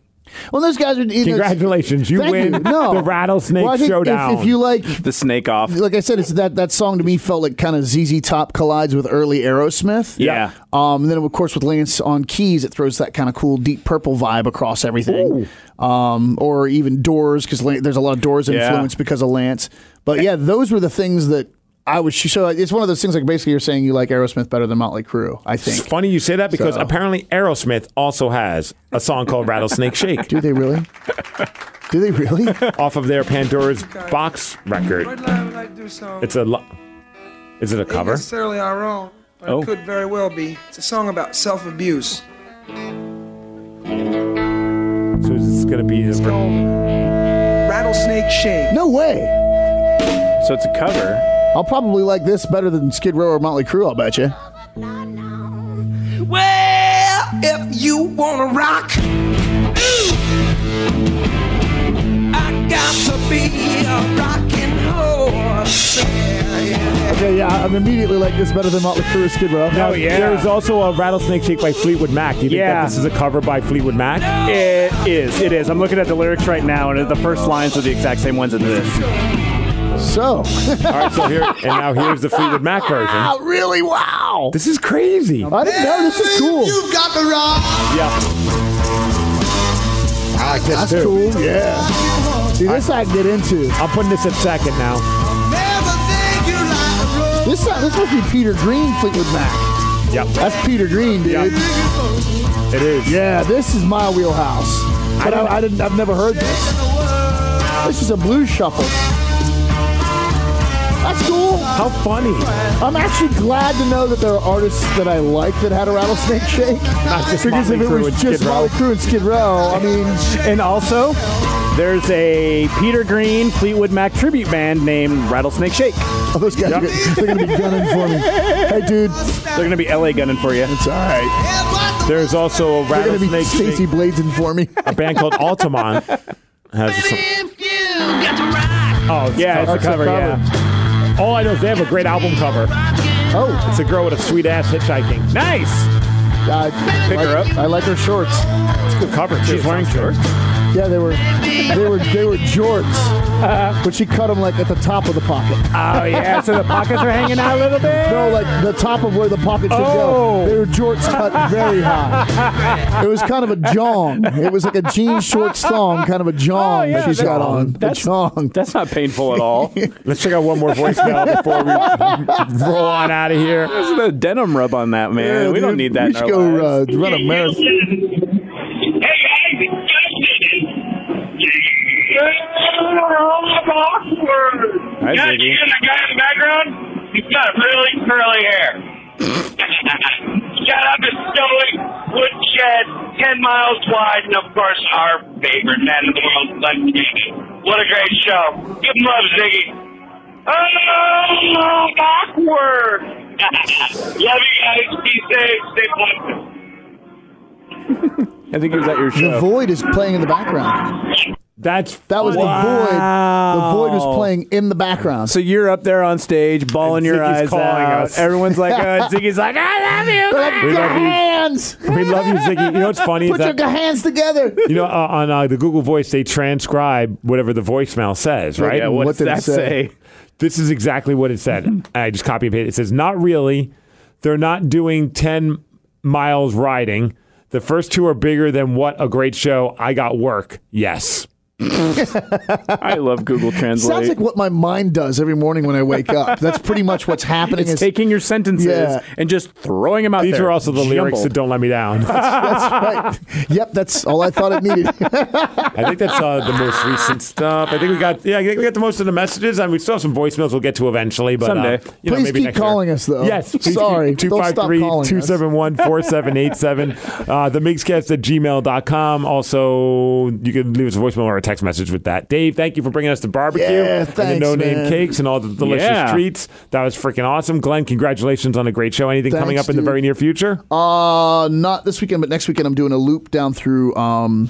Well, those guys are. you know, it's- Congratulations, you Thank win No. the Rattlesnake Well, I think if- Showdown. If, you like, the snake off. like I said, it's that that song to me felt like kind of ZZ Top collides with early Aerosmith. Yeah. Um, and then of course with Lance on keys, it throws that kind of cool deep purple vibe across everything. Um, or even Doors because there's a lot of Doors Yeah. influence because of Lance. But yeah, those were the things that I was. So it's one of those things like basically you're saying you like Aerosmith better than Motley Crue. I it's think. funny you say that because So- apparently Aerosmith also has a song called Rattlesnake Shake. Do they [LAUGHS] really? Do they really? off of their Pandora's Box record. Red Light do song. It's a. Lo- is it a Ain't cover? necessarily our own, but Oh. it could very well be. It's a song about self-abuse. So is this going to be? Rattlesnake Shake. No way. So it's a cover. I'll probably like this better than Skid Row or Motley Crue. I'll bet you. Well, if you wanna rock, ooh, I got to be a rockin' whore. Okay, yeah, I'm immediately like this better than Motley Crue or Skid Row. No, yeah. There's also a Rattlesnake Shake by Fleetwood Mac. Do you think Oh, Yeah. that this is a cover by Fleetwood Mac? It is. It is. I'm looking at the lyrics right now, and the first lines are the exact same ones in this. So, all right. So here and now here's the Fleetwood Mac version. really? Wow. This is crazy. I didn't know this is cool. You've got the rock. Yeah. I like this That's cool. Yeah. See, this I can get into. I'm putting this at second now. This this must be Peter Green Fleetwood Mac. Yep. That's Peter Green, dude. It is. Yeah, this is my wheelhouse. But I, I, didn't. I've never heard this. This is a blues shuffle. That's cool. How funny. I'm actually glad to know that there are artists that I like that had a rattlesnake [LAUGHS] shake. Not just because Motley if it Crue was and just Skid Row. Molly Crew and Skid Row, I mean, And also, there's a Peter Green Fleetwood Mac tribute band named Rattlesnake Shake. Oh, those guys, are gonna, they're gonna be gunning for me. Hey, dude, They're gonna be LA gunning for you. it's all right. There's also a They're gonna be Rattlesnake Shake. Stacy Bladesen for me. A band called Altamont has some. If you got the rock, Oh, Yeah, it's a cover. Yeah. All I know is they have a great album cover. Oh, It's a girl with a sweet ass hitchhiking. Nice. I, Pick her up. I like her shorts. It's a good cover. She's wearing shorts. Yeah, they were, they were, they were jorts, Uh-huh. but she cut them like at the top of the pocket. Oh yeah. So the pockets are hanging out a little bit. No, like the top of where the pocket should Oh. go. They were jorts cut very high. [LAUGHS] It was kind of a jong. It was like a jean shorts thong, kind of a jong that she's got on. Oh, That's, a jong. that's not painful at all. Let's check out one more voicemail before [LAUGHS] we roll on out of here. There's a denim rub on that, man. Yeah, we dude, don't need that. We in should our go lives. uh, run a marathon. Hi, Hi, Ziggy. the guy in the background? He's got really curly hair. Shout out to Stoic Woodshed, 10 miles wide, and of course, our favorite man in the world, Glenn Ziggy. What a great show. Give him love, Ziggy. Oh, backward. [LAUGHS] love you guys. Be safe. Stay blessed. I think it was at your The show. void is playing in the background. That's That was the void. The void was playing in the background. so you're up there on stage, bawling And your Ziggy's eyes calling out. us. Everyone's like, [LAUGHS] uh, Ziggy's like, I love you. They're like, We "Go love you. hands. We love you, Ziggy. You know what's funny Put is your that g- hands together. you know uh, on uh, the Google Voice they transcribe whatever the voicemail says, right? Yeah, what, What did did it that say? say? This is exactly what it [LAUGHS] said. I just copy and paste. It says, "Not really. They're not doing ten miles riding. The first two are bigger than what a great show. I got work. Yes, [LAUGHS] I love Google Translate. Sounds like what my mind does every morning when I wake up. That's pretty much what's happening. it's is- taking your sentences Yeah. and just throwing them out these there. are also the lyrics that Jumbled. don't let me down. [LAUGHS] that's right. Yep, that's all I thought it [LAUGHS] needed. I think that's uh, the most recent stuff. I think we got yeah, I think we got the most of the messages. I mean, we still have some voicemails we'll get to eventually, but uh, Someday. you know, Please maybe keep next year. calling us, though. Yes, Sorry, don't stop 253 calling us. 271 4787. Uh, The MigsCast at gmail.com. Also, you can leave us a voicemail or a text message with that. Dave, thank you for bringing us the barbecue Yeah, and the thanks, no name man. cakes and all the delicious Yeah. treats. That was freaking awesome. Glenn, congratulations on a great show. Anything coming up Thanks, in the dude. very near future? Uh, not this weekend, but next weekend I'm doing a loop down through um,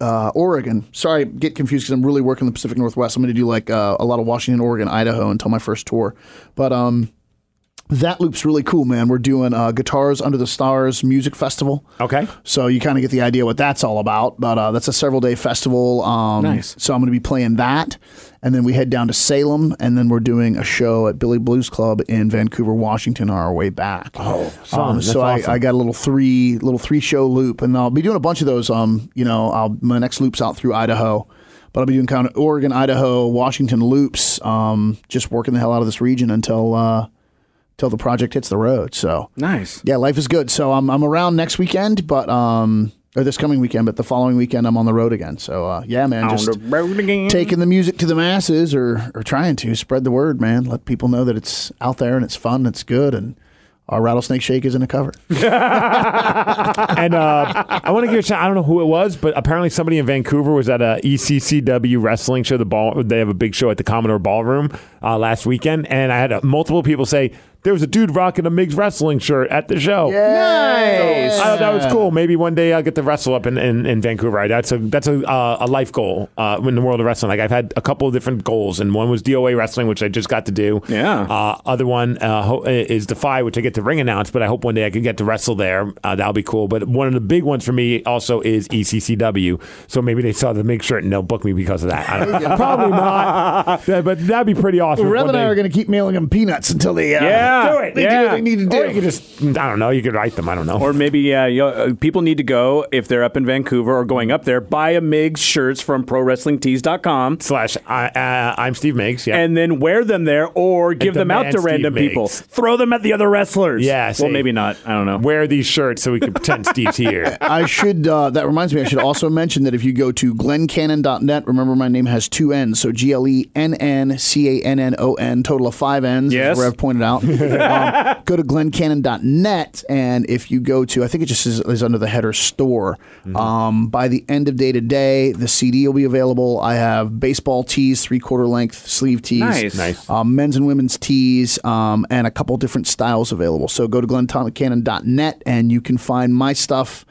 uh, Oregon. Sorry, get confused because I'm really working the Pacific Northwest. I'm going to do like uh, a lot of Washington, Oregon, Idaho until my first tour. But um, that loop's really cool, man. We're doing uh, Guitars Under the Stars Music Festival. Okay. So you kind of get the idea what that's all about. But uh, that's a several day festival. Um, Nice. So I'm going to be playing that. And then we head down to Salem. And then we're doing a show at Billy Blues Club in Vancouver, Washington on our way back. Oh, um, that's So awesome. I, I got a little three little three show loop. And I'll be doing a bunch of those. Um, You know, I'll, my next loop's out through Idaho. But I'll be doing kind of Oregon, Idaho, Washington loops, um, just working the hell out of this region until uh, until the project hits the road. So Nice. yeah, life is good. So I'm I'm around next weekend, but um or this coming weekend, but the following weekend I'm on the road again. So uh, yeah, man, just on the road again. taking the music to the masses or or trying to spread the word, man. Let people know that it's out there and it's fun, and it's good, and our rattlesnake shake isn't a cover. and uh, I want to give a shout. I don't know who it was, but apparently somebody in Vancouver was at a E ECCW wrestling show. The ball they have a big show at the Commodore Ballroom uh, last weekend, and I had uh, multiple people say There was a dude rocking a Migs wrestling shirt at the show. Nice. I thought that was cool. Maybe one day I'll get to wrestle up in, in, in Vancouver. I- That's a that's a uh, a life goal uh, in the world of wrestling. Like I've had a couple of different goals, and one was DOA wrestling, which I just got to do. Yeah. Uh, other one uh, ho- is Defy, which I get to ring announce, but I hope one day I can get to wrestle there. Uh, that'll be cool. But one of the big ones for me also is E ECCW. So maybe they saw the Migs shirt and they'll book me because of that. I don't [LAUGHS] know. Probably not. Yeah, but that'd be pretty awesome. if Rev one and I day- are going to keep mailing them peanuts until they uh, Yeah, do it. They do yeah. Oh, what they need to do. Or you could just, I don't know, you could write them. I don't know. Or maybe uh, you uh, people need to go if they're up in Vancouver or going up there. Buy a Migs shirts from ProWrestlingTees.com slash I, uh, I'm Steve Miggs. Yeah. and then wear them there or give them out demand to Steve random Miggs. people. Throw them at the other wrestlers. Yeah, see. well, maybe not. I don't know. Wear these shirts so we can pretend Steve's here. I should. Uh, that reminds me. I should also mention that if you go to glencannon.net, remember my name has two N's, so G L E N N C A N N O N, total of five N's. Yes. as Rev pointed out. um, go to glencannon.net, and if you go to, I think it just is, is under the header store. Um, by the end of day to day, the CD will be available. I have baseball tees, three quarter length sleeve tees, Nice. Nice. Um, men's and women's tees, um, and a couple different styles available. So go to glencannon.net, and you can find my stuff.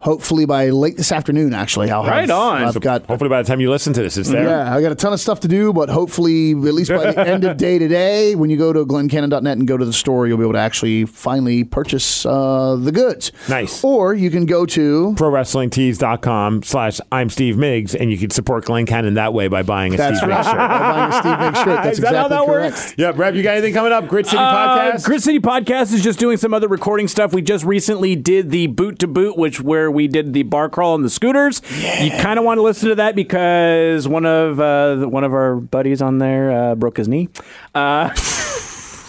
Hopefully by late this afternoon, actually, I'll Right have, [LAUGHS] on. I've got Hopefully, by the time you listen to this, it's there. yeah, I got a ton of stuff to do, but hopefully, at least [LAUGHS] by the end of day today, when you go to glencannon.net and go to the store, you'll be able to actually finally purchase uh, the goods. Nice. Or you can go to ProWrestlingTees.com slash I'm Steve Miggs, and you can support Glenn Cannon that way by buying a That's Steve right. Miggs shirt. By buying a Steve Mix [LAUGHS] shirt. That's Is that how exactly that correct. works? Yeah, Rev, you got anything coming up? Grid City Uh, Podcast? Grid City Podcast is just doing some other recording stuff. We just recently did the boot to boot, which where we did the bar crawl on the scooters. You kind of want to listen to that because one of uh, the- one of our buddies on there uh, broke his knee. Uh, [LAUGHS]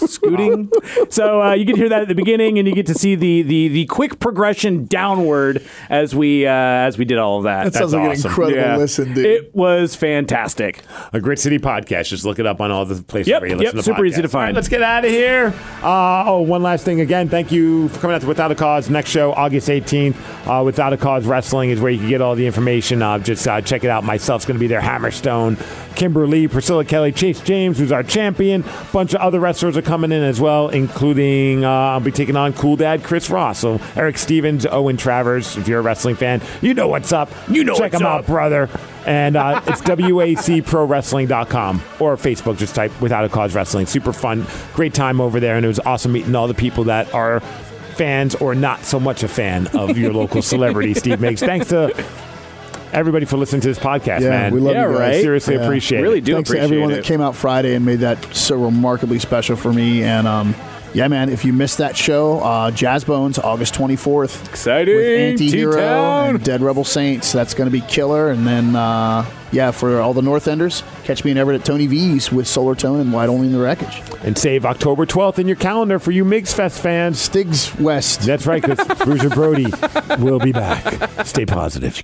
Scooting, so uh, you can hear that at the beginning, and you get to see the the, the quick progression downward as we uh, as we did all of that. That sounds like an incredible listen, dude. It was fantastic. a Grid City Podcast. Just look it up on all the places Yep, where you yep, listen to super easy to podcasts. All right, find. let's get out of here. Uh, oh, one last thing again. Thank you for coming out to Without a Cause. Next show, August 18th. Uh, Without a Cause Wrestling is where you can get all the information. Uh, just uh, check it out. Myself's going to be there. Hammerstone, Kimberly, Priscilla Kelly, Chase James, who's our champion. A bunch of other wrestlers are coming in as well, including uh, I'll be taking on Cool Dad Chris Ross. So Eric Stevens, Owen Travers. If you're a wrestling fan, you know what's up. You know check them out, brother. And uh, it's wacprowrestling.com or Facebook. Just type Without a Cause Wrestling. Super fun. Great time over there. And it was awesome meeting all the people that are fans or not so much a fan of your [LAUGHS] local celebrity, Steve Makes. Thanks to everybody for listening to this podcast, Yeah, man. we love Yeah, you guys. right? Seriously appreciate Really it. do Thanks to appreciate everyone it. that came out Friday and made that so remarkably special for me. And um, yeah, man, if you missed that show, uh, Jazz Bones, August 24th. Exciting. With Anti-Hero T-Town. and Dead Rebel Saints. That's going to be killer. And then, uh, yeah, for all the North Enders, catch me in Everett at Tony V's with Solar Tone and Wide Only in the Wreckage. And save October 12th in your calendar for you Migs Fest fans. Stigs West. That's right, because Bruiser Brody will be back. Stay positive.